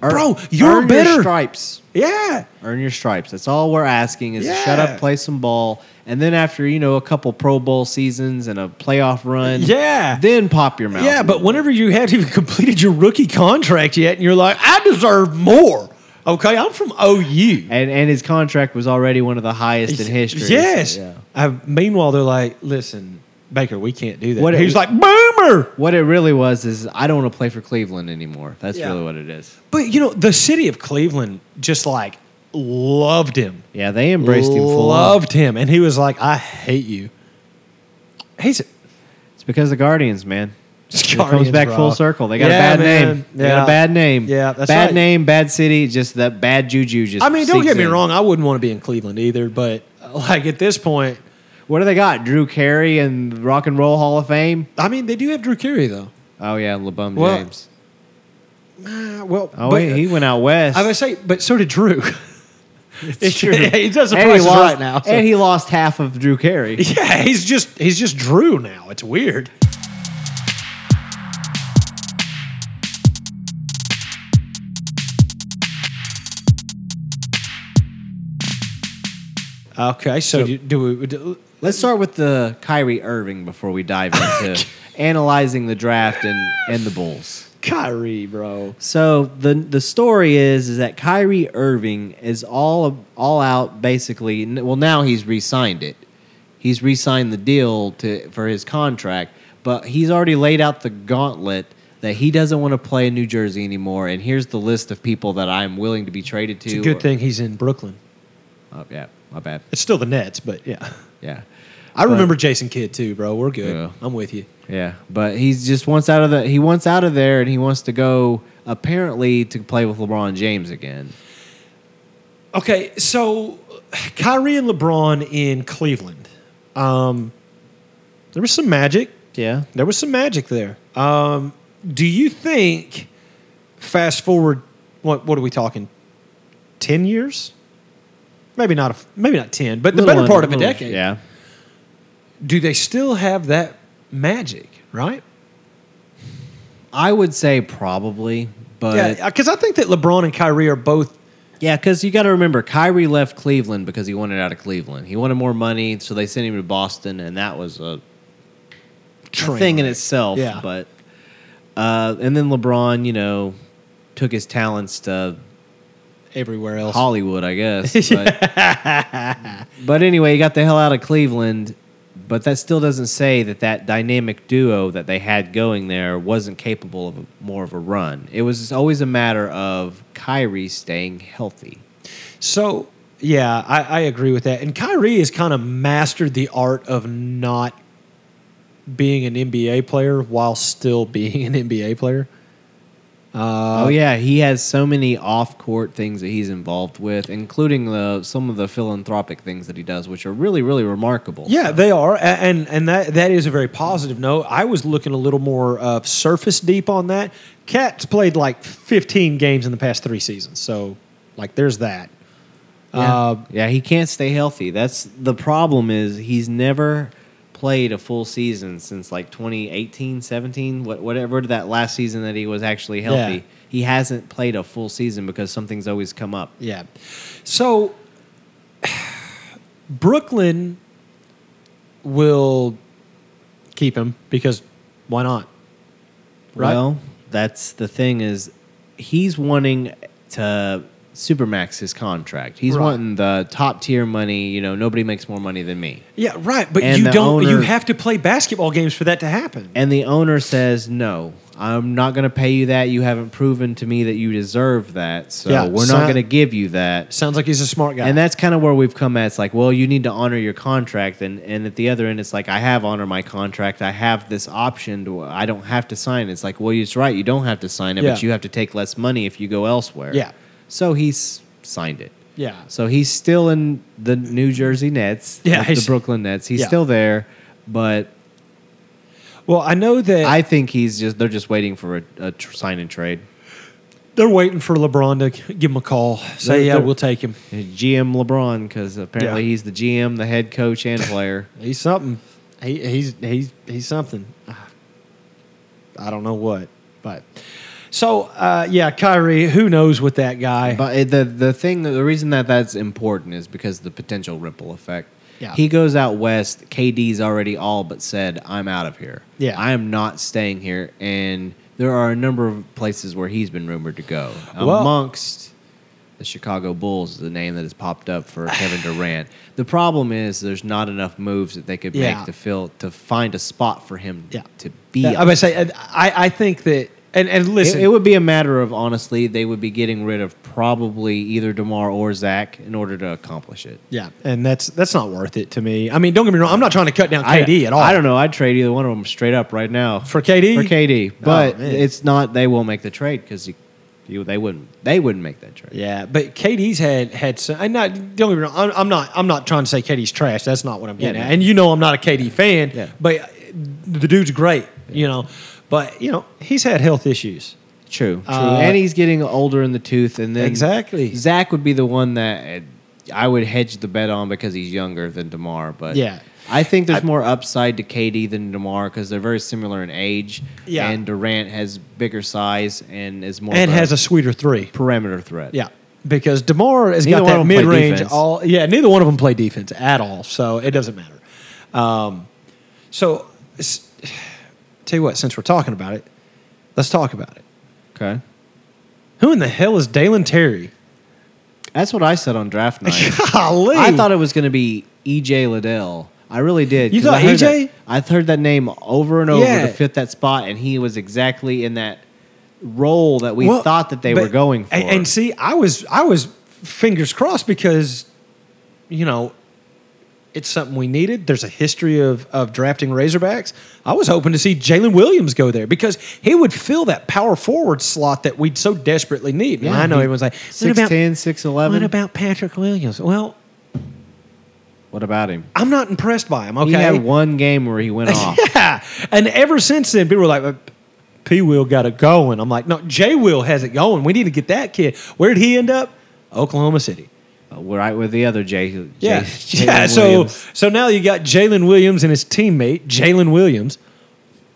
Earn-
bro. You're
earn Your
better.
stripes.
yeah.
Earn your stripes. That's all we're asking is
Yeah.
shut up, play some ball, and then after you know a couple Pro Bowl seasons and a playoff run,
Yeah.
then pop your mouth.
Yeah, but whenever you haven't even completed your rookie contract yet, and you're like, I deserve more. Okay, I'm from OU.
and and his contract was already one of the highest in history. so,
Yes.
yeah.
I, meanwhile, they're like, listen, Baker, we can't do that.
What-
What, He's like, boomer.
What it really was is I don't want to play for Cleveland anymore. That's
Yeah.
really what it is.
But you know, the city of Cleveland just like loved him,
Yeah, they embraced him full. on.
loved him, and he was like, I hate you. He's
It's because of the Guardians, man. It comes back full circle. They got
Yeah,
a bad
man.
name. They got
Yeah.
a bad name.
Yeah, that's
bad
right.
name, bad city. Just that bad juju. Just.
I mean, don't
seeps
get me
in.
wrong. I wouldn't want to be in Cleveland either, but uh, like at this point,
What do they got? Drew Carey and the Rock and Roll Hall of Fame.
I mean, they do have Drew Carey though.
Oh yeah, LeBum
Well,
James.
Ah, well,
Oh,
but,
wait, he went out west.
I would say, but so did Drew. [LAUGHS] It's
true.
he does the
And
prices
lost,
right now. so-
And he lost half of
[LAUGHS]
Drew Carey.
yeah, he's just he's just Drew now. It's weird. Okay, so, do, do we? Do,
Let's start with the Kyrie Irving before we dive [LAUGHS] into analyzing the draft and, and the Bulls.
Kyrie, bro.
So the the story is is that Kyrie Irving is all all out basically. n- Well, now he's re-signed it. He's re-signed the deal to for his contract, but he's already laid out the gauntlet that he doesn't want to play in New Jersey anymore. And here's the list of people that I'm willing to be traded to.
It's a good thing he's in Brooklyn.
Oh, yeah, my bad.
It's still the Nets, but yeah.
Yeah.
I remember Jason Kidd too, bro. We're good.
Yeah.
I'm with you.
Yeah, but he just wants out of the he wants out of there, and he wants to go apparently to play with LeBron James again.
Okay, so Kyrie and LeBron in Cleveland. Um, there was some magic.
Yeah,
There was some magic there. Um, do you think? Fast forward, what what are we talking? Ten years? Maybe not. A, maybe not ten, but the
Little
better
under-
part of a
little-
decade.
Yeah,
Do they still have that magic? Right.
I would say probably, but
yeah, because I think that LeBron and Kyrie are both.
yeah, because you got to remember, Kyrie left Cleveland because he wanted out of Cleveland. He wanted more money, so they sent him to Boston, and that was a, a
train
thing in
wreck.
itself.
Yeah.
but uh, and then LeBron, you know, took his talents to
everywhere else.
Hollywood,
[LAUGHS]
I guess. But, but anyway, he got the hell out of Cleveland. But that still doesn't say that that dynamic duo that they had going there wasn't capable of a, more of a run. It was always a matter of Kyrie staying healthy.
So yeah, I, I agree with that. And Kyrie has kind of mastered the art of not being an NBA player while still being an NBA player. Uh,
oh yeah, he has so many off-court things that he's involved with, including the some of the philanthropic things that he does, which are really really remarkable.
Yeah, they are, A- and and that that is a very positive note. I was looking a little more uh, surface deep on that. Cat's played like 15 games in the past three seasons, so like there's that.
Yeah.
Uh,
yeah, he can't stay healthy. That's the problem is he's never played a full season since like 2018, 17, what, whatever that last season that he was actually healthy.
Yeah.
He hasn't played a full season because something's always come up.
Yeah. So [SIGHS] Brooklyn will keep him because why not? Right.
Well, that's the thing is he's wanting to supermax his contract. He's
Right.
wanting the top tier money, you know, nobody makes more money than me.
Yeah, right. But
And
you
the
don't you
owner-
have to play basketball games for that to happen.
And the owner says, "No, I'm not going to pay you that. You haven't proven to me that you deserve that, so
Yeah,
we're
so-
not going to give you that."
Sounds like he's a smart guy.
And that's kind of where we've come at. It's like, well, you need to honor your contract, and and at the other end, it's like, I have honored my contract. I have this option to, I don't have to sign. it." It's like, well, it's right. You don't have to sign it, but
Yeah.
you have to take less money if you go elsewhere.
Yeah.
So he's signed it.
yeah.
So he's still in the New Jersey Nets.
Yeah,
the,
he's-
the Brooklyn Nets. He's
Yeah.
still there, but
Well, I know that
I think he's just they're just waiting for a, a tr- sign and trade.
they're waiting for LeBron to give him a call. Say,
They're-
yeah,
they're-
we'll take him.
GM LeBron because apparently
Yeah.
he's the GM, the head coach, and player.
He's something. He, he's he's he's something. [SIGHS] I don't know what, but so uh, yeah, Kyrie. Who knows with that guy?
but it- the the thing the reason that that's important is because of the potential ripple effect.
Yeah.
He goes out west. KD's already all but said, "I'm out of here.
Yeah.
I am not staying here." And there are a number of places where he's been rumored to go.
Well-
Amongst the Chicago Bulls is the name that has popped up for Kevin
[SIGHS]
Durant. The problem is there's not enough moves that they could
Yeah.
make to fill to find a spot for him
Yeah.
to be.
Yeah, I
on.
would say I, I think that And and listen,
It, it would be a matter of honestly, they would be getting rid of probably either Demar or Zach in order to accomplish it.
yeah, and that's that's not worth it to me. I mean, don't get me wrong. I'm not trying to cut down KD
I,
at all.
I don't know. I'd trade either one of them straight up right now
For KD?
For KD, but
man.
it's not. They will make the trade because you, you, they wouldn't. They wouldn't make that trade.
Yeah, but KD's had had some. And not don't get me wrong. I'm, I'm not. I'm not trying to say KD's trash. That's not what I'm getting
Yeah,
at.
no.
And you know, I'm not a KD fan.
Yeah.
But the dude's great. You know, but you know, he's had health issues.
True, true.
Uh,
and he's getting older in the tooth, and then
Exactly.
Zach would be the one that uh, I would hedge the bet on because he's younger than Demar. But
Yeah.
I think there's more upside to KD than Demar because they're very similar in age.
Yeah.
and Durant has bigger size and is more
and
of
has a sweeter three.
perimeter threat.
Yeah, because Demar has
Neither
got
one
that
of them
mid
play
range.
defense.
All yeah, neither one of them play defense at all, so it doesn't matter. Um, so, s- [SIGHS] tell you what, since we're talking about it, let's talk about it.
Okay,
Who in the hell is Dalen
[LAUGHS]
Terry?
that's what I said
[LAUGHS]
on draft night.
Golly,
I thought it was going to be EJ Liddell. I really did.
You
'cause
thought
I heard
EJ?
that- I've heard that name over and over
Yeah.
to fit that spot, and he was exactly in that role that we
Well,
thought that they
but-
were going for.
And, and see, I was I was fingers crossed because you know it's something we needed. There's a history of of drafting Razorbacks. I was hoping to see Jalen Williams go there because he would fill that power forward slot that we'd so desperately need. and
Yeah,
I know
he-
everyone's like, what
6'10",
about,
6'11".
what about Patrick Williams? Well,
What about him?
I'm not impressed by him. Okay,
He had one game where he
[LAUGHS]
went off.
yeah. And ever since then, people were like, P Will got it going. I'm like, no, J Will has it going. We need to get that kid. Where'd he end up? Oklahoma City.
Uh, We're right with the other Jay. Jay-
Yeah. [LAUGHS]
Jalen
yeah. So
Williams.
so now you got Jalen Williams and his teammate, Jalen Williams.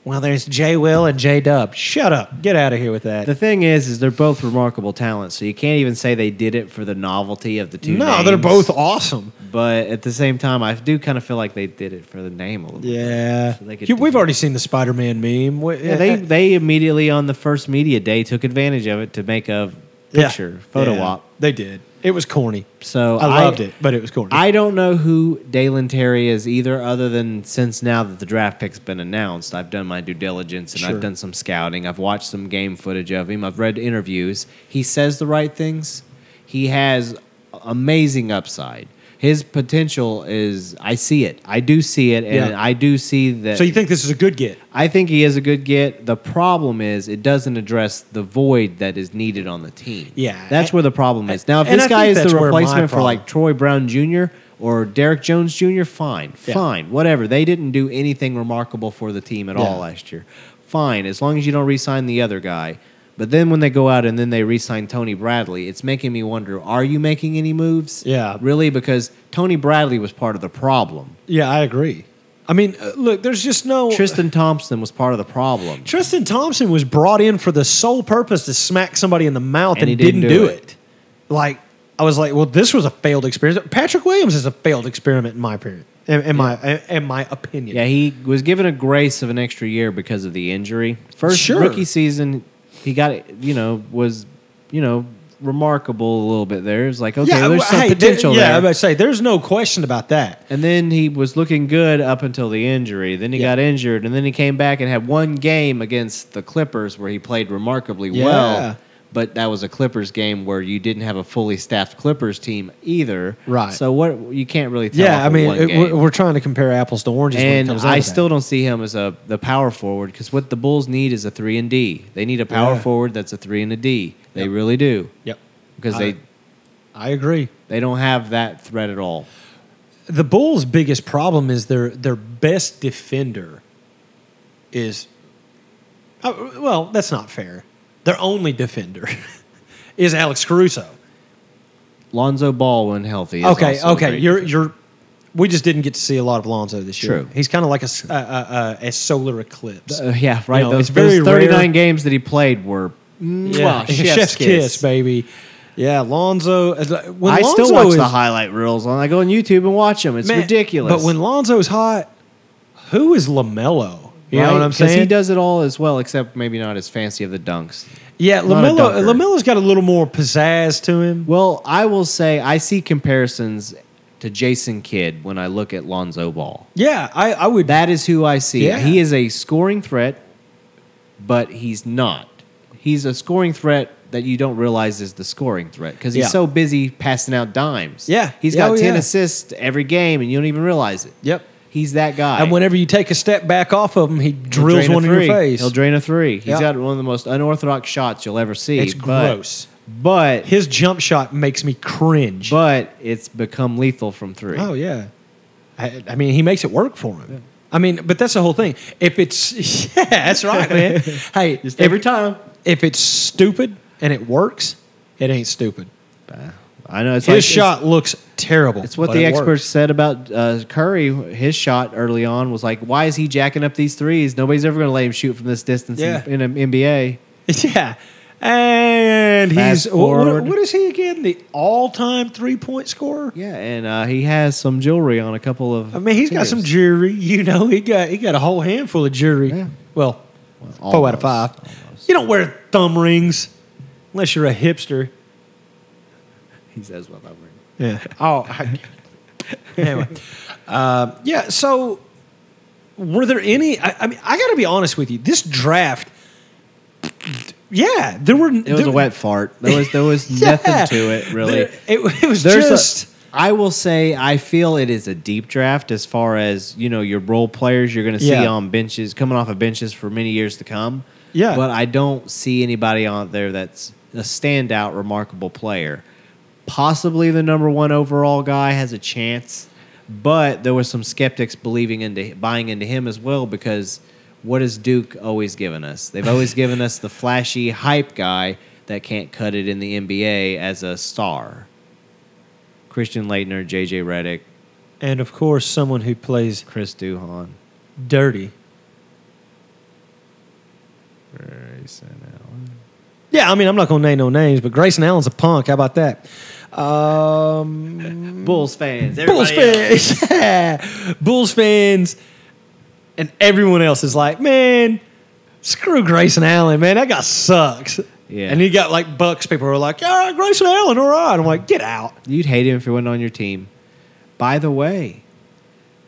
Well, there's J Will and J Dub. Shut up. Get out of here with that.
the thing is, is they're both remarkable talents. So you can't even say they did it for the novelty of the two.
no, they're
names.
both awesome.
But at the same time, I do kind of feel like they did it for the name a little. bit.
Yeah.
So they could
You-
do
we've
that.
already seen the Spider Man meme. What-
Yeah, they they immediately on the first media day took advantage of it to make a
Yeah.
picture photo
Yeah,
op.
They did. It was corny.
So
I loved it, but it was corny.
I don't know who Dalen Terry is either, other than since now that the draft pick's been announced, I've done my due diligence and
Sure.
I've done some scouting. I've watched some game footage of him. I've read interviews. He says the right things. He has amazing upside. His potential is I see it. I do see it, and
Yeah.
I do see that.
so you think this is a good get?
I think he is a good get. The problem is it doesn't address the void that is needed on the team.
Yeah.
That's where the problem is. Now, if
And
this
I
guy
think
is
that's
the
where my
replacement for
problem-
like Troy Brown Jr. or Derek Jones Jr., fine,
Yeah.
fine, whatever. They didn't do anything remarkable for the team at
Yeah.
all last year. Fine, as long as you don't re sign the other guy. But then when they go out and then they re sign Tony Bradley, it's making me wonder are you making any moves?
Yeah.
Really? Because Tony Bradley was part of the problem.
Yeah, I agree. I mean, uh, look, there's just no
Tristan Thompson was part of the problem.
Tristan Thompson was brought in for the sole purpose to smack somebody in the mouth and,
And he
didn't,
didn't
do
do
it. Like I was like, well, this was a failed experiment. Patrick Williams is a failed experiment in my opinion. In, in my in my opinion.
Yeah, he was given a grace of an extra year because of the injury. First
Sure.
rookie season, he got you know was you know remarkable a little bit there. It was like okay,
Yeah,
there's
well,
some
hey, there-
potential
Yeah, I
there.
was about to say there's no question about that.
and then he was looking good up until the injury. Then he
Yeah.
got injured, and then he came back and had one game against the Clippers where he played remarkably
Yeah.
well. But that was a Clippers game where you didn't have a fully staffed Clippers team either.
Right.
So what you can't really tell.
Yeah,
off
I
of
mean,
one
it- we're,
game
we're trying to compare apples to oranges. when it
and
comes down
I
to that.
still don't see him as a the power forward because what the Bulls need is a three and D. They need a power
Yeah.
forward that's a three and a D. They really do
Yep,
because
I-
they
I agree.
they don't have that threat at all.
the Bulls' biggest problem is their their best defender is oh, well, that's not fair. Their only defender [LAUGHS] is Alex Caruso.
Lonzo Ball when healthy. Is
Okay,
also a
okay,
great
you're
defender.
you're. We just didn't get to see a lot of Lonzo this year.
True.
He's kind of like a, s- a- a- a- a solar eclipse.
[LAUGHS] Uh, yeah right.
You know,
those
it's very
those thirty
rare. Mm,
nine games that he played were mwah, chef's, kiss.
baby. Yeah, Lonzo. uh, When
I
Lonzo
still watch
is-
the highlight reels on. I go on YouTube and watch them. It's
man,
ridiculous.
But when Lonzo's hot, who is Lamelo? You know
Right?
what I'm
'Cause
saying?
he does it all as well, except maybe not as fancy of the dunks.
Yeah,
Not a
Lamelo.
dunker.
Lamelo's got a little more pizzazz to him.
Well, I will say I see comparisons to Jason Kidd when I look at Lonzo Ball.
Yeah, I, I would.
That is who I see.
Yeah.
He is a scoring threat, but he's not. he's a scoring threat that you don't realize is the scoring threat because he's
Yeah.
so busy passing out dimes.
Yeah.
he's
Yeah,
got
oh,
ten
yeah.
assists every game, and you don't even realize it.
Yep.
He's that guy.
And whenever you take a step back off of him, he
He'll
drills
drain a
one in your
three.
face.
He'll drain a three. He's
Yeah.
got one of the most unorthodox shots you'll ever see.
It's
but-
gross.
But
His jump shot makes me cringe.
but it's become lethal from three.
Oh yeah, I, I mean he makes it work for him. I mean, but that's the whole thing. If it's [LAUGHS] yeah, that's right,
[LAUGHS]
man. hey,
Just
if-
every time.
If it's stupid and it works, it ain't stupid.
I know it's
His
like-
shot looks terrible.
It's what
but
the
it
experts
works.
said about uh, Curry. His shot early on was like, "Why is he jacking up these threes? Nobody's ever going to let him shoot from this distance
Yeah.
in, in an NBA."
[LAUGHS] Yeah. And
Fast
he's what- what-
forward.
what is he again? The all-time three-point scorer.
Yeah, and uh, he has some jewelry on a couple of.
I mean, he's got some
fingers.
jewelry. [LAUGHS] You know, he got he got a whole handful of jewelry.
Yeah.
Well, four out
Almost,
of five.
almost.
You don't wear thumb rings unless you're a hipster.
He says what I'm wearing.
Yeah. Oh. I- anyway. Uh, yeah. So, were there any? I, I mean, I got to be honest with you. This draft. Yeah, there were.
[LAUGHS] It was
[LAUGHS]
a wet fart. There was there was nothing to it really.
it, it was
There's
just.
a, I will say I feel it is a deep draft as far as you know your role players you're going to see
Yeah.
on benches coming off of benches for many years to come.
Yeah.
but I don't see anybody out there that's a standout, remarkable player. Possibly the number one overall guy has a chance, but there were some skeptics believing into buying into him as well because what has Duke always given us? They've always given us the flashy hype guy that can't cut it in the NBA as a star. Christian Leitner, JJ Redick,
and of course, someone who plays
Chris Duhon.
dirty.
Grayson Allen.
Yeah, I mean, I'm not gonna name no names, but Grayson Allen's a punk. How about that? Um,
Bulls fans.
Bulls
everybody else.
fans, [LAUGHS] yeah. Bulls fans, and everyone else is like, man, screw Grayson Allen, man, that guy sucks.
Yeah.
and you got like Bucks people who are like, yeah, Grayson Allen, all right. I'm like, get out.
You'd hate him if he wasn't on your team. By the way,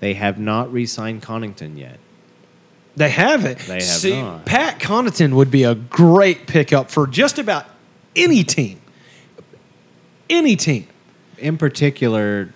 they have not re signed Connington yet.
They haven't.
They have
See,
not.
Pat Connaughton would be a great pickup for just about any team, any team,
In particular,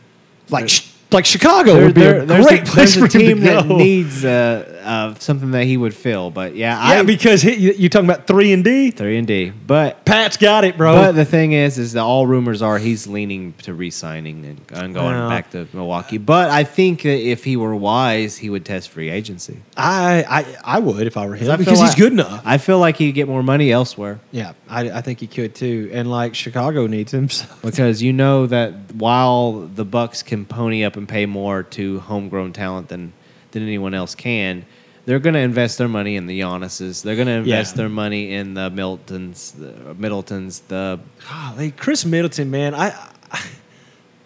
like sh like Chicago
there-
would be
there-
a
there's,
great
a,
place
there's
for
a
him to
team that
go. [LAUGHS]
needs uh, uh, something that he would fill. But yeah,
yeah,
I
because he, you- you're talking about three and D.
3 and D. But
Pat's got it, bro.
but the thing is, is that all rumors are he's leaning to re-signing and, and going
Well.
back to Milwaukee. But I think that if he were wise, he would test free agency.
I, I I would if I were him
I feel
because he's
like-
good enough.
I feel like he'd get more money elsewhere.
Yeah, I, I think he could too. And like Chicago needs him. [LAUGHS] so-
because you know that while the Bucks can pony up and pay more to homegrown talent than than anyone else can, they're going to invest their money in the Giannis's. They're going to invest
Yeah.
their money in the Miltons, the uh, Middletons, the
Golly, Chris Middleton, man. I, I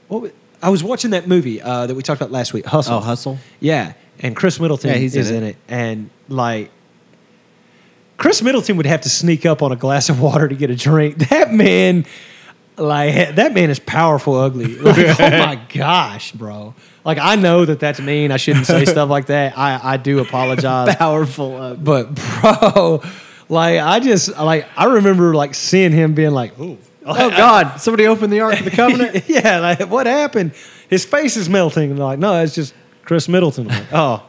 what was, I was watching that movie uh, that we talked about last week, Hustle.
oh hustle.
Yeah, and Chris Middleton
Yeah, he's
is
in it.
in it. And like, Chris Middleton would have to sneak up on a glass of water to get a drink. [LAUGHS] That man, like, that man is powerful [LAUGHS] ugly. Like, oh my gosh, bro. Like, I know that that's mean. I shouldn't say stuff like that. I, I do apologize.
Powerful.
[LAUGHS] But bro, like I just like I remember like seeing him being like, "Oh,
oh God! Somebody opened the Ark of the [LAUGHS]
[LAUGHS]
Covenant.
yeah, like what happened? His face is melting." And they're like, no, it's just Chris Middleton. I'm like, oh,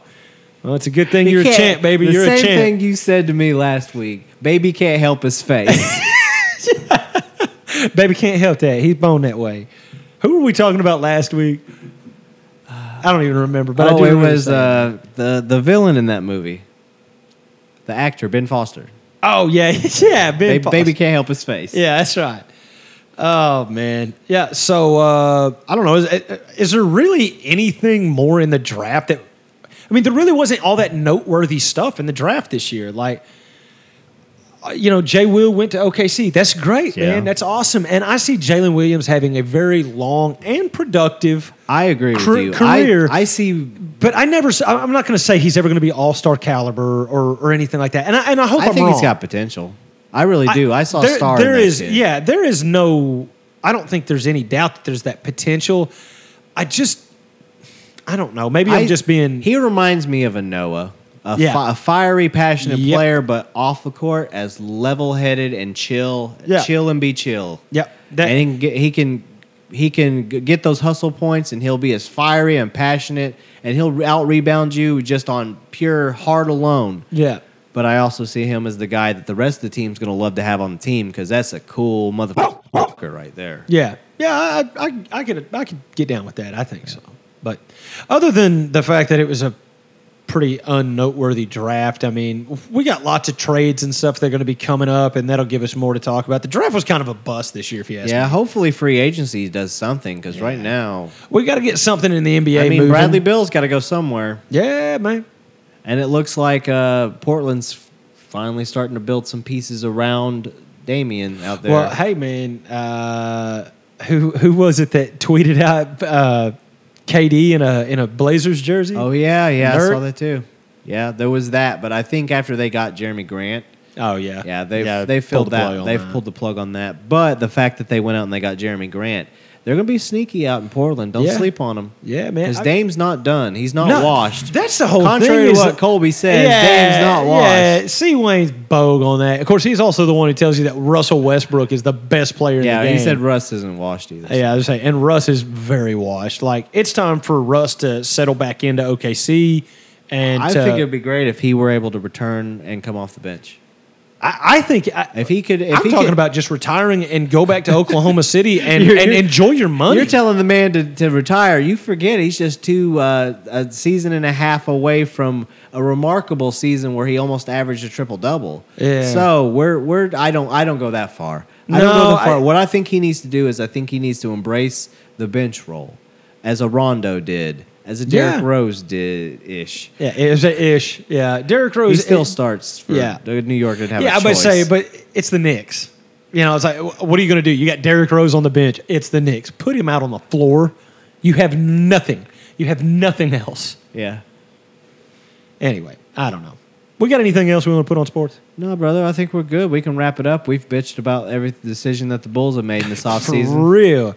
well, it's a good thing you're a
can't-
champ, baby.
the
You're
same
a champ.
thing you said to me last week. Baby can't help his
[LAUGHS]
face.
Baby can't help that. He's born that way. Who were we talking about last week? Uh, I don't even remember. But I
oh,
do
it
remember
was
saying-
uh, the the villain in that movie, the actor Ben Foster.
oh yeah, [LAUGHS] yeah. Ben
Baby, baby
Foster.
can't help his face.
Yeah, that's right. Oh man, yeah. So uh, I don't know. Is, is there really anything more in the draft that? I mean, there really wasn't all that noteworthy stuff in the draft this year. Like, uh, you know, Jay Will went to OKC. That's great,
Yeah.
man. That's awesome. And I see Jalen Williams having a very long and productive.
I agree
Cr-
with you.
career-
I, I see.
But I never. s- I- I'm not going to say he's ever going to be All Star caliber or or anything like that. And I, and I hope
I
am
think
wrong.
he's got potential. I really do. I, saw
there,
a star.
there
in that
is-
kid.
yeah, there is no. I don't think there's any doubt that there's that potential. I just, I don't know. Maybe I,
I-
am just being.
He reminds me of a Noah. a,
Yeah.
fi- a fiery, passionate
Yep.
player, but off the court as level-headed and chill,
Yeah.
chill and be chill.
Yep. That-
and he can, get, he can he can g- get those hustle points, and he'll be as fiery and passionate, and he'll out rebound you just on pure heart alone.
Yeah.
But I also see him as the guy that the rest of the team's going to love to have on the team because that's a cool motherfucker right there.
Yeah, yeah, I, I, I could, I could get down with that. I think so. But other than the fact that it was a pretty unnoteworthy draft, I mean, we got lots of trades and stuff that are going to be coming up, and that'll give us more to talk about. The draft was kind of a bust this year, if you ask
Yeah,
me.
hopefully free agency does something because right now,
We got to get something in the NBA.
I mean,
moving.
Bradley Bill's got to go somewhere,
Yeah, man.
and it looks like uh, Portland's finally starting to build some pieces around Damian out there.
Well, hey, man. Uh, who who was it that tweeted out uh, KD in a in a Blazers jersey?
oh yeah, yeah, I saw
Nerd.
that too. Yeah, there was that, but I think after they got Jeremy Grant,
oh yeah,
Yeah, they've
Yeah,
they
pulled
filled
the plug
that.
on
They've pulled the plug on that. But the fact that they went out and they got Jeremy Grant, they're going to be sneaky out in Portland. Don't
Yeah.
sleep on them.
Yeah, man.
Because
I-
Dame's not done. He's not
No,
washed.
That's the whole
Contrary
thing.
to
is-
what Colby says, Dame's not washed.
Yeah, C. Wayne's bogue on that. Of course, he's also the one who tells you that Russell Westbrook is the best player in
Yeah,
the game.
he said Russ isn't washed either.
Yeah, I was saying, and Russ is very washed. Like it's time for Russ to settle back into OKC. And uh,
I
to-
think it'd be great if he were able to return and come off the bench.
I, I think I,
If he could, if
I'm
he
talking
could,
about just retiring and go back to Oklahoma
[LAUGHS]
City and,
You're-
and
you're-
enjoy your money.
You're telling the man to, to retire. You forget he's just two uh, a season and a half away from a remarkable season where he almost averaged a triple double.
Yeah.
So we're we're I don't I don't go that far. I don't
No,
go that far.
I-
what I think he needs to do is I think he needs to embrace the bench role, as a Rondo did, as a Derrick
Yeah.
Rose did ish.
yeah, it was a ish. Yeah, Derrick Rose
He still
it-
starts for
yeah.
the New York didn't have
yeah,
a
I would
choice.
say, but it's the Knicks. You know, it's like, wh- what are you going to do? You got Derrick Rose on the bench. It's the Knicks. Put him out on the floor. You have nothing. You have nothing else.
yeah.
Anyway, I don't know. We got anything else we want to put on sports?
No, brother, I think we're good. We can wrap it up. We've bitched about every decision that the Bulls have
[LAUGHS]
made in this offseason.
For real.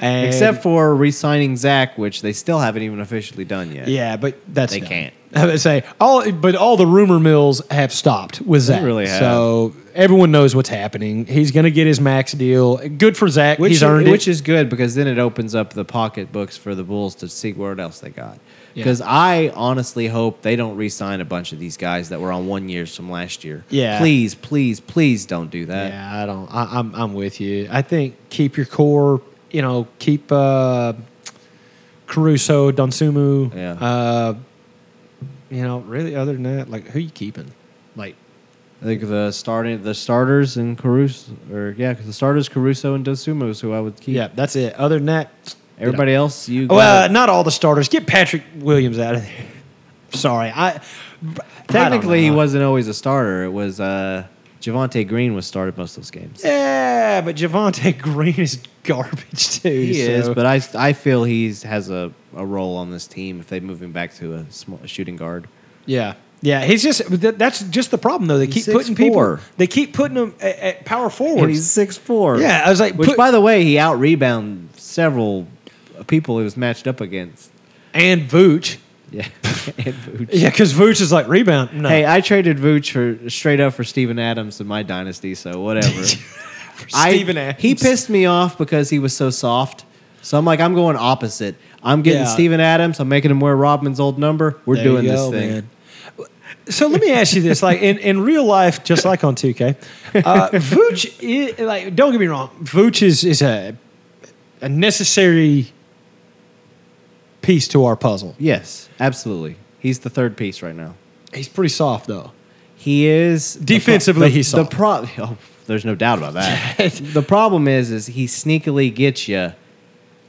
And-
Except for re-signing Zach, which they still haven't even officially done yet.
yeah, but that's
They
done.
can't.
[LAUGHS] I would say all, but all the rumor mills have stopped with Zach.
really have.
So everyone knows what's happening. He's going to get his max deal. Good for Zach.
Which,
He's earned it.
which is good because then it opens up the pocketbooks for the Bulls to see what else they got.
Yeah.
Because I honestly hope they don't re-sign a bunch of these guys that were on one years from last year.
Yeah.
Please, please, please don't do that.
Yeah, I don't. I, I'm I'm with you. I think keep your core. You know, keep uh, Caruso, Donsumu.
Yeah.
Uh, you know, really. Other than that, like who you keeping? Like,
I think the starting the starters and Caruso, or yeah, 'cause the starters Caruso and Dosumu is who I would keep.
yeah, that's it. Other than that,
Everybody else, you.
well,
gotta-
not all the starters. Get Patrick Williams out of there. Sorry, I.
technically he
was.
wasn't always a starter. It was uh, Javante Green was started most of those games.
Yeah, but Javante [LAUGHS] Green is garbage too.
He
so-
is, but I, I feel he's has a, a role on this team if they move him back to a, small, shooting guard.
Yeah. Yeah, he's just th- that's just the problem though. They keep
He's
putting people.
6'4".
They keep putting them at, at power forward.
six four.
Yeah, I was like,
which
put-
by the way, he out rebounded several people he was matched up against. [LAUGHS]
and Vooch.
Yeah, And Vooch.
Yeah, because Vooch is like rebound. No.
Hey, I traded Vooch for straight up for Steven Adams in my dynasty, so [LAUGHS] whatever. I-
Steven Adams.
He pissed me off because he was so soft. So I'm like, I'm going opposite. I'm getting
Yeah.
Steven Adams. I'm making him wear Rodman's old number. We're
There you
doing
go,
this thing.
man. So let me ask you this: like in, in real life, just like on 2K,
[LAUGHS]
uh, Vooch, i like don't get me wrong, Vooch is is a a necessary piece to our puzzle.
Yes, absolutely. He's the third piece right now.
He's pretty soft though.
He is the pro-
Defensively,
the-
he's
the
soft.
pro. Oh, there's no doubt
[LAUGHS]
about that. the problem is, is he sneakily gets you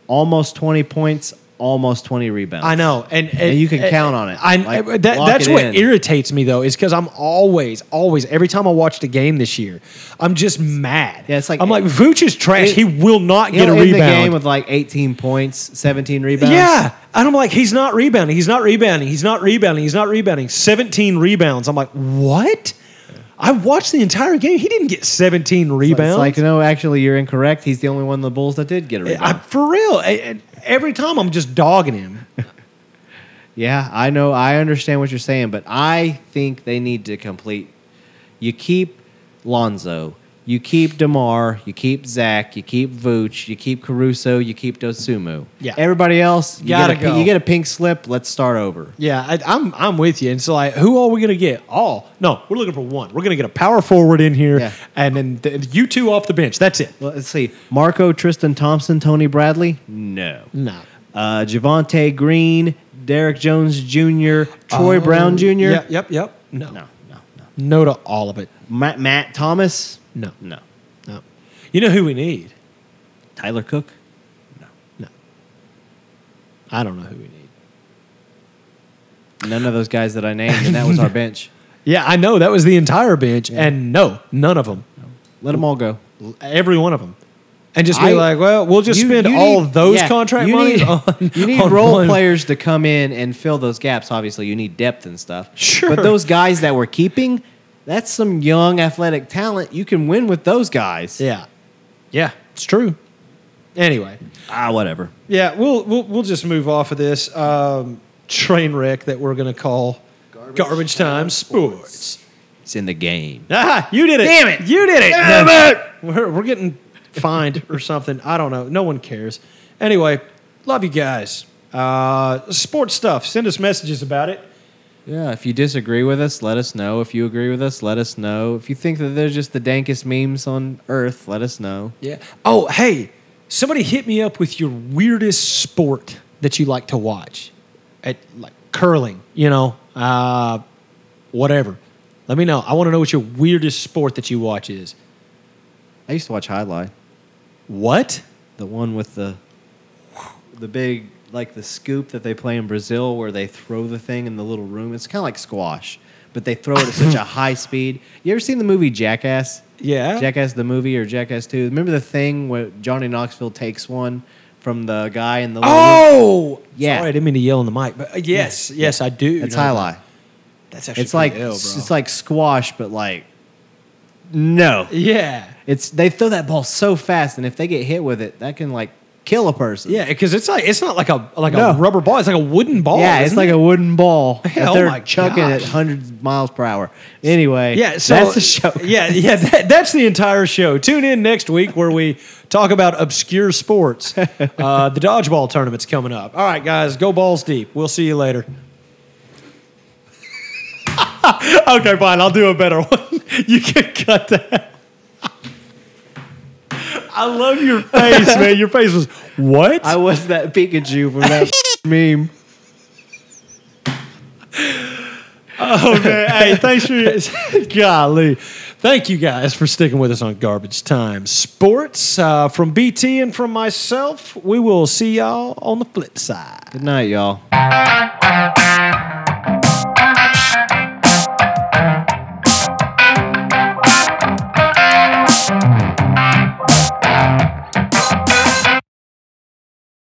almost 20 points, almost 20 rebounds.
I know, and, and,
you can count on it.
I,
Like,
that,
lock
that's
it
what
in.
irritates me though, is because I'm always, always, every time I watched a game this year, I'm just mad.
Yeah, it's like-
I'm like Vooch is trash.
It-
he will not
He'll
get a
end the
rebound.
game with like 18 points, 17 rebounds.
yeah, and I'm like, he's not rebounding. He's not rebounding. He's not rebounding. He's not rebounding. 17 rebounds. I'm like, what? I watched the entire game. He didn't get 17
It's
rebounds.
like, no, actually, you're incorrect. He's the only one of the Bulls that did get a
I,
rebound.
for real. And- and every time I'm just dogging him.
Yeah, I know. I understand what you're saying, but I think they need to complete. You keep Lonzo, you keep Demar, you keep Zach, you keep Vooch, you keep Caruso, you keep Dosumu.
Yeah.
Everybody else, you
Gotta
get a, pi-
go.
You get a pink slip. Let's start over.
Yeah, I, I'm I'm with you. And so like, who are we gonna get? All no, we're looking for one. We're gonna get a power forward in here,
Yeah.
and then th- you two off the bench. That's it.
Let's see. Marco, Tristan Thompson, Tony Bradley. No.
No.
Uh, Javante Green, Derek Jones Jr., Troy
Oh,
Brown Jr.
Yep, yep, yep. No.
No, no, no.
No to all of it.
Matt, Matt Thomas.
No.
No.
No. You know who we need?
Tyler Cook.
No. I don't know who we need.
None of those guys that I named, and that was our bench.
Yeah, I know that was the entire bench, and no, none of them,
Let them all go.
every one of them, and just be
I-
like, well, we'll just
You-
spend
you
all
need-
those
yeah,
contract
you
monies [LAUGHS]
need- [LAUGHS]
on
You need
on
role
one-
players to come in and fill those gaps. Obviously, you need depth and stuff.
Sure.
But those guys that we're keeping, that's some young athletic talent. You can win with those guys.
Yeah, yeah, it's true. Anyway,
Ah, whatever.
Yeah, we'll we'll, we'll just move off of this um, train wreck that we're going to call garbage, time, sports.
It's in the game.
Ah, you did it!
Damn it.
You did it!
Damn it.
We're we're getting fined or something. I don't know. No one cares. Anyway, love you guys. Uh, sports stuff. Send us messages about it.
Yeah, if you disagree with us, let us know. If you agree with us, let us know. If you think that they're just the dankest memes on earth, let us know.
Yeah. Oh, hey, somebody hit me up with your weirdest sport that you like to watch, at like curling, you know, uh, whatever. Let me know. I want to know what your weirdest sport that you watch is.
I used to watch Highlight,
What?
the one with the the big like the scoop that they play in Brazil where they throw the thing in the little room. It's kind of like squash, but they throw it at
[LAUGHS]
such a high speed. You ever seen the movie Jackass?
Yeah.
Jackass the movie or Jackass 2. Remember the thing where Johnny Knoxville takes one from the guy in the little room?
Oh,
Yeah.
Sorry, I didn't mean to yell in the mic, but uh, yes, yes, I do.
It's
know that.
Highlight.
That's actually
It's like
pretty ill, bro.
it's like squash, but like no.
yeah,
It's they throw that ball so fast, and if they get hit with it, that can like kill a person.
yeah, because it's like it's not like a like
No.
a rubber ball. It's like a wooden ball.
yeah, it's
Oh, isn't
like
it?
a
[LAUGHS]
wooden ball.
Yeah,
that
oh
they're
my
chucking
gosh.
at hundreds of miles per hour. Anyway,
Yeah, so
that's the show.
[LAUGHS] Yeah, yeah, that, that's the entire show. Tune in next week where we talk about obscure
[LAUGHS]
sports. Uh, the dodgeball tournament's coming up. All right, guys, go balls deep. We'll see you later. [LAUGHS] okay, fine. I'll do a better [LAUGHS] one. You can cut that. [LAUGHS] I love your face,
[LAUGHS]
man. Your face was what?
I was that Pikachu from that [LAUGHS] meme.
Oh man! Hey, thanks for your [LAUGHS] golly. Thank you guys for sticking with us on Garbage Time Sports. Uh, from BT and from myself, we will see y'all on the flip side.
Good night, y'all.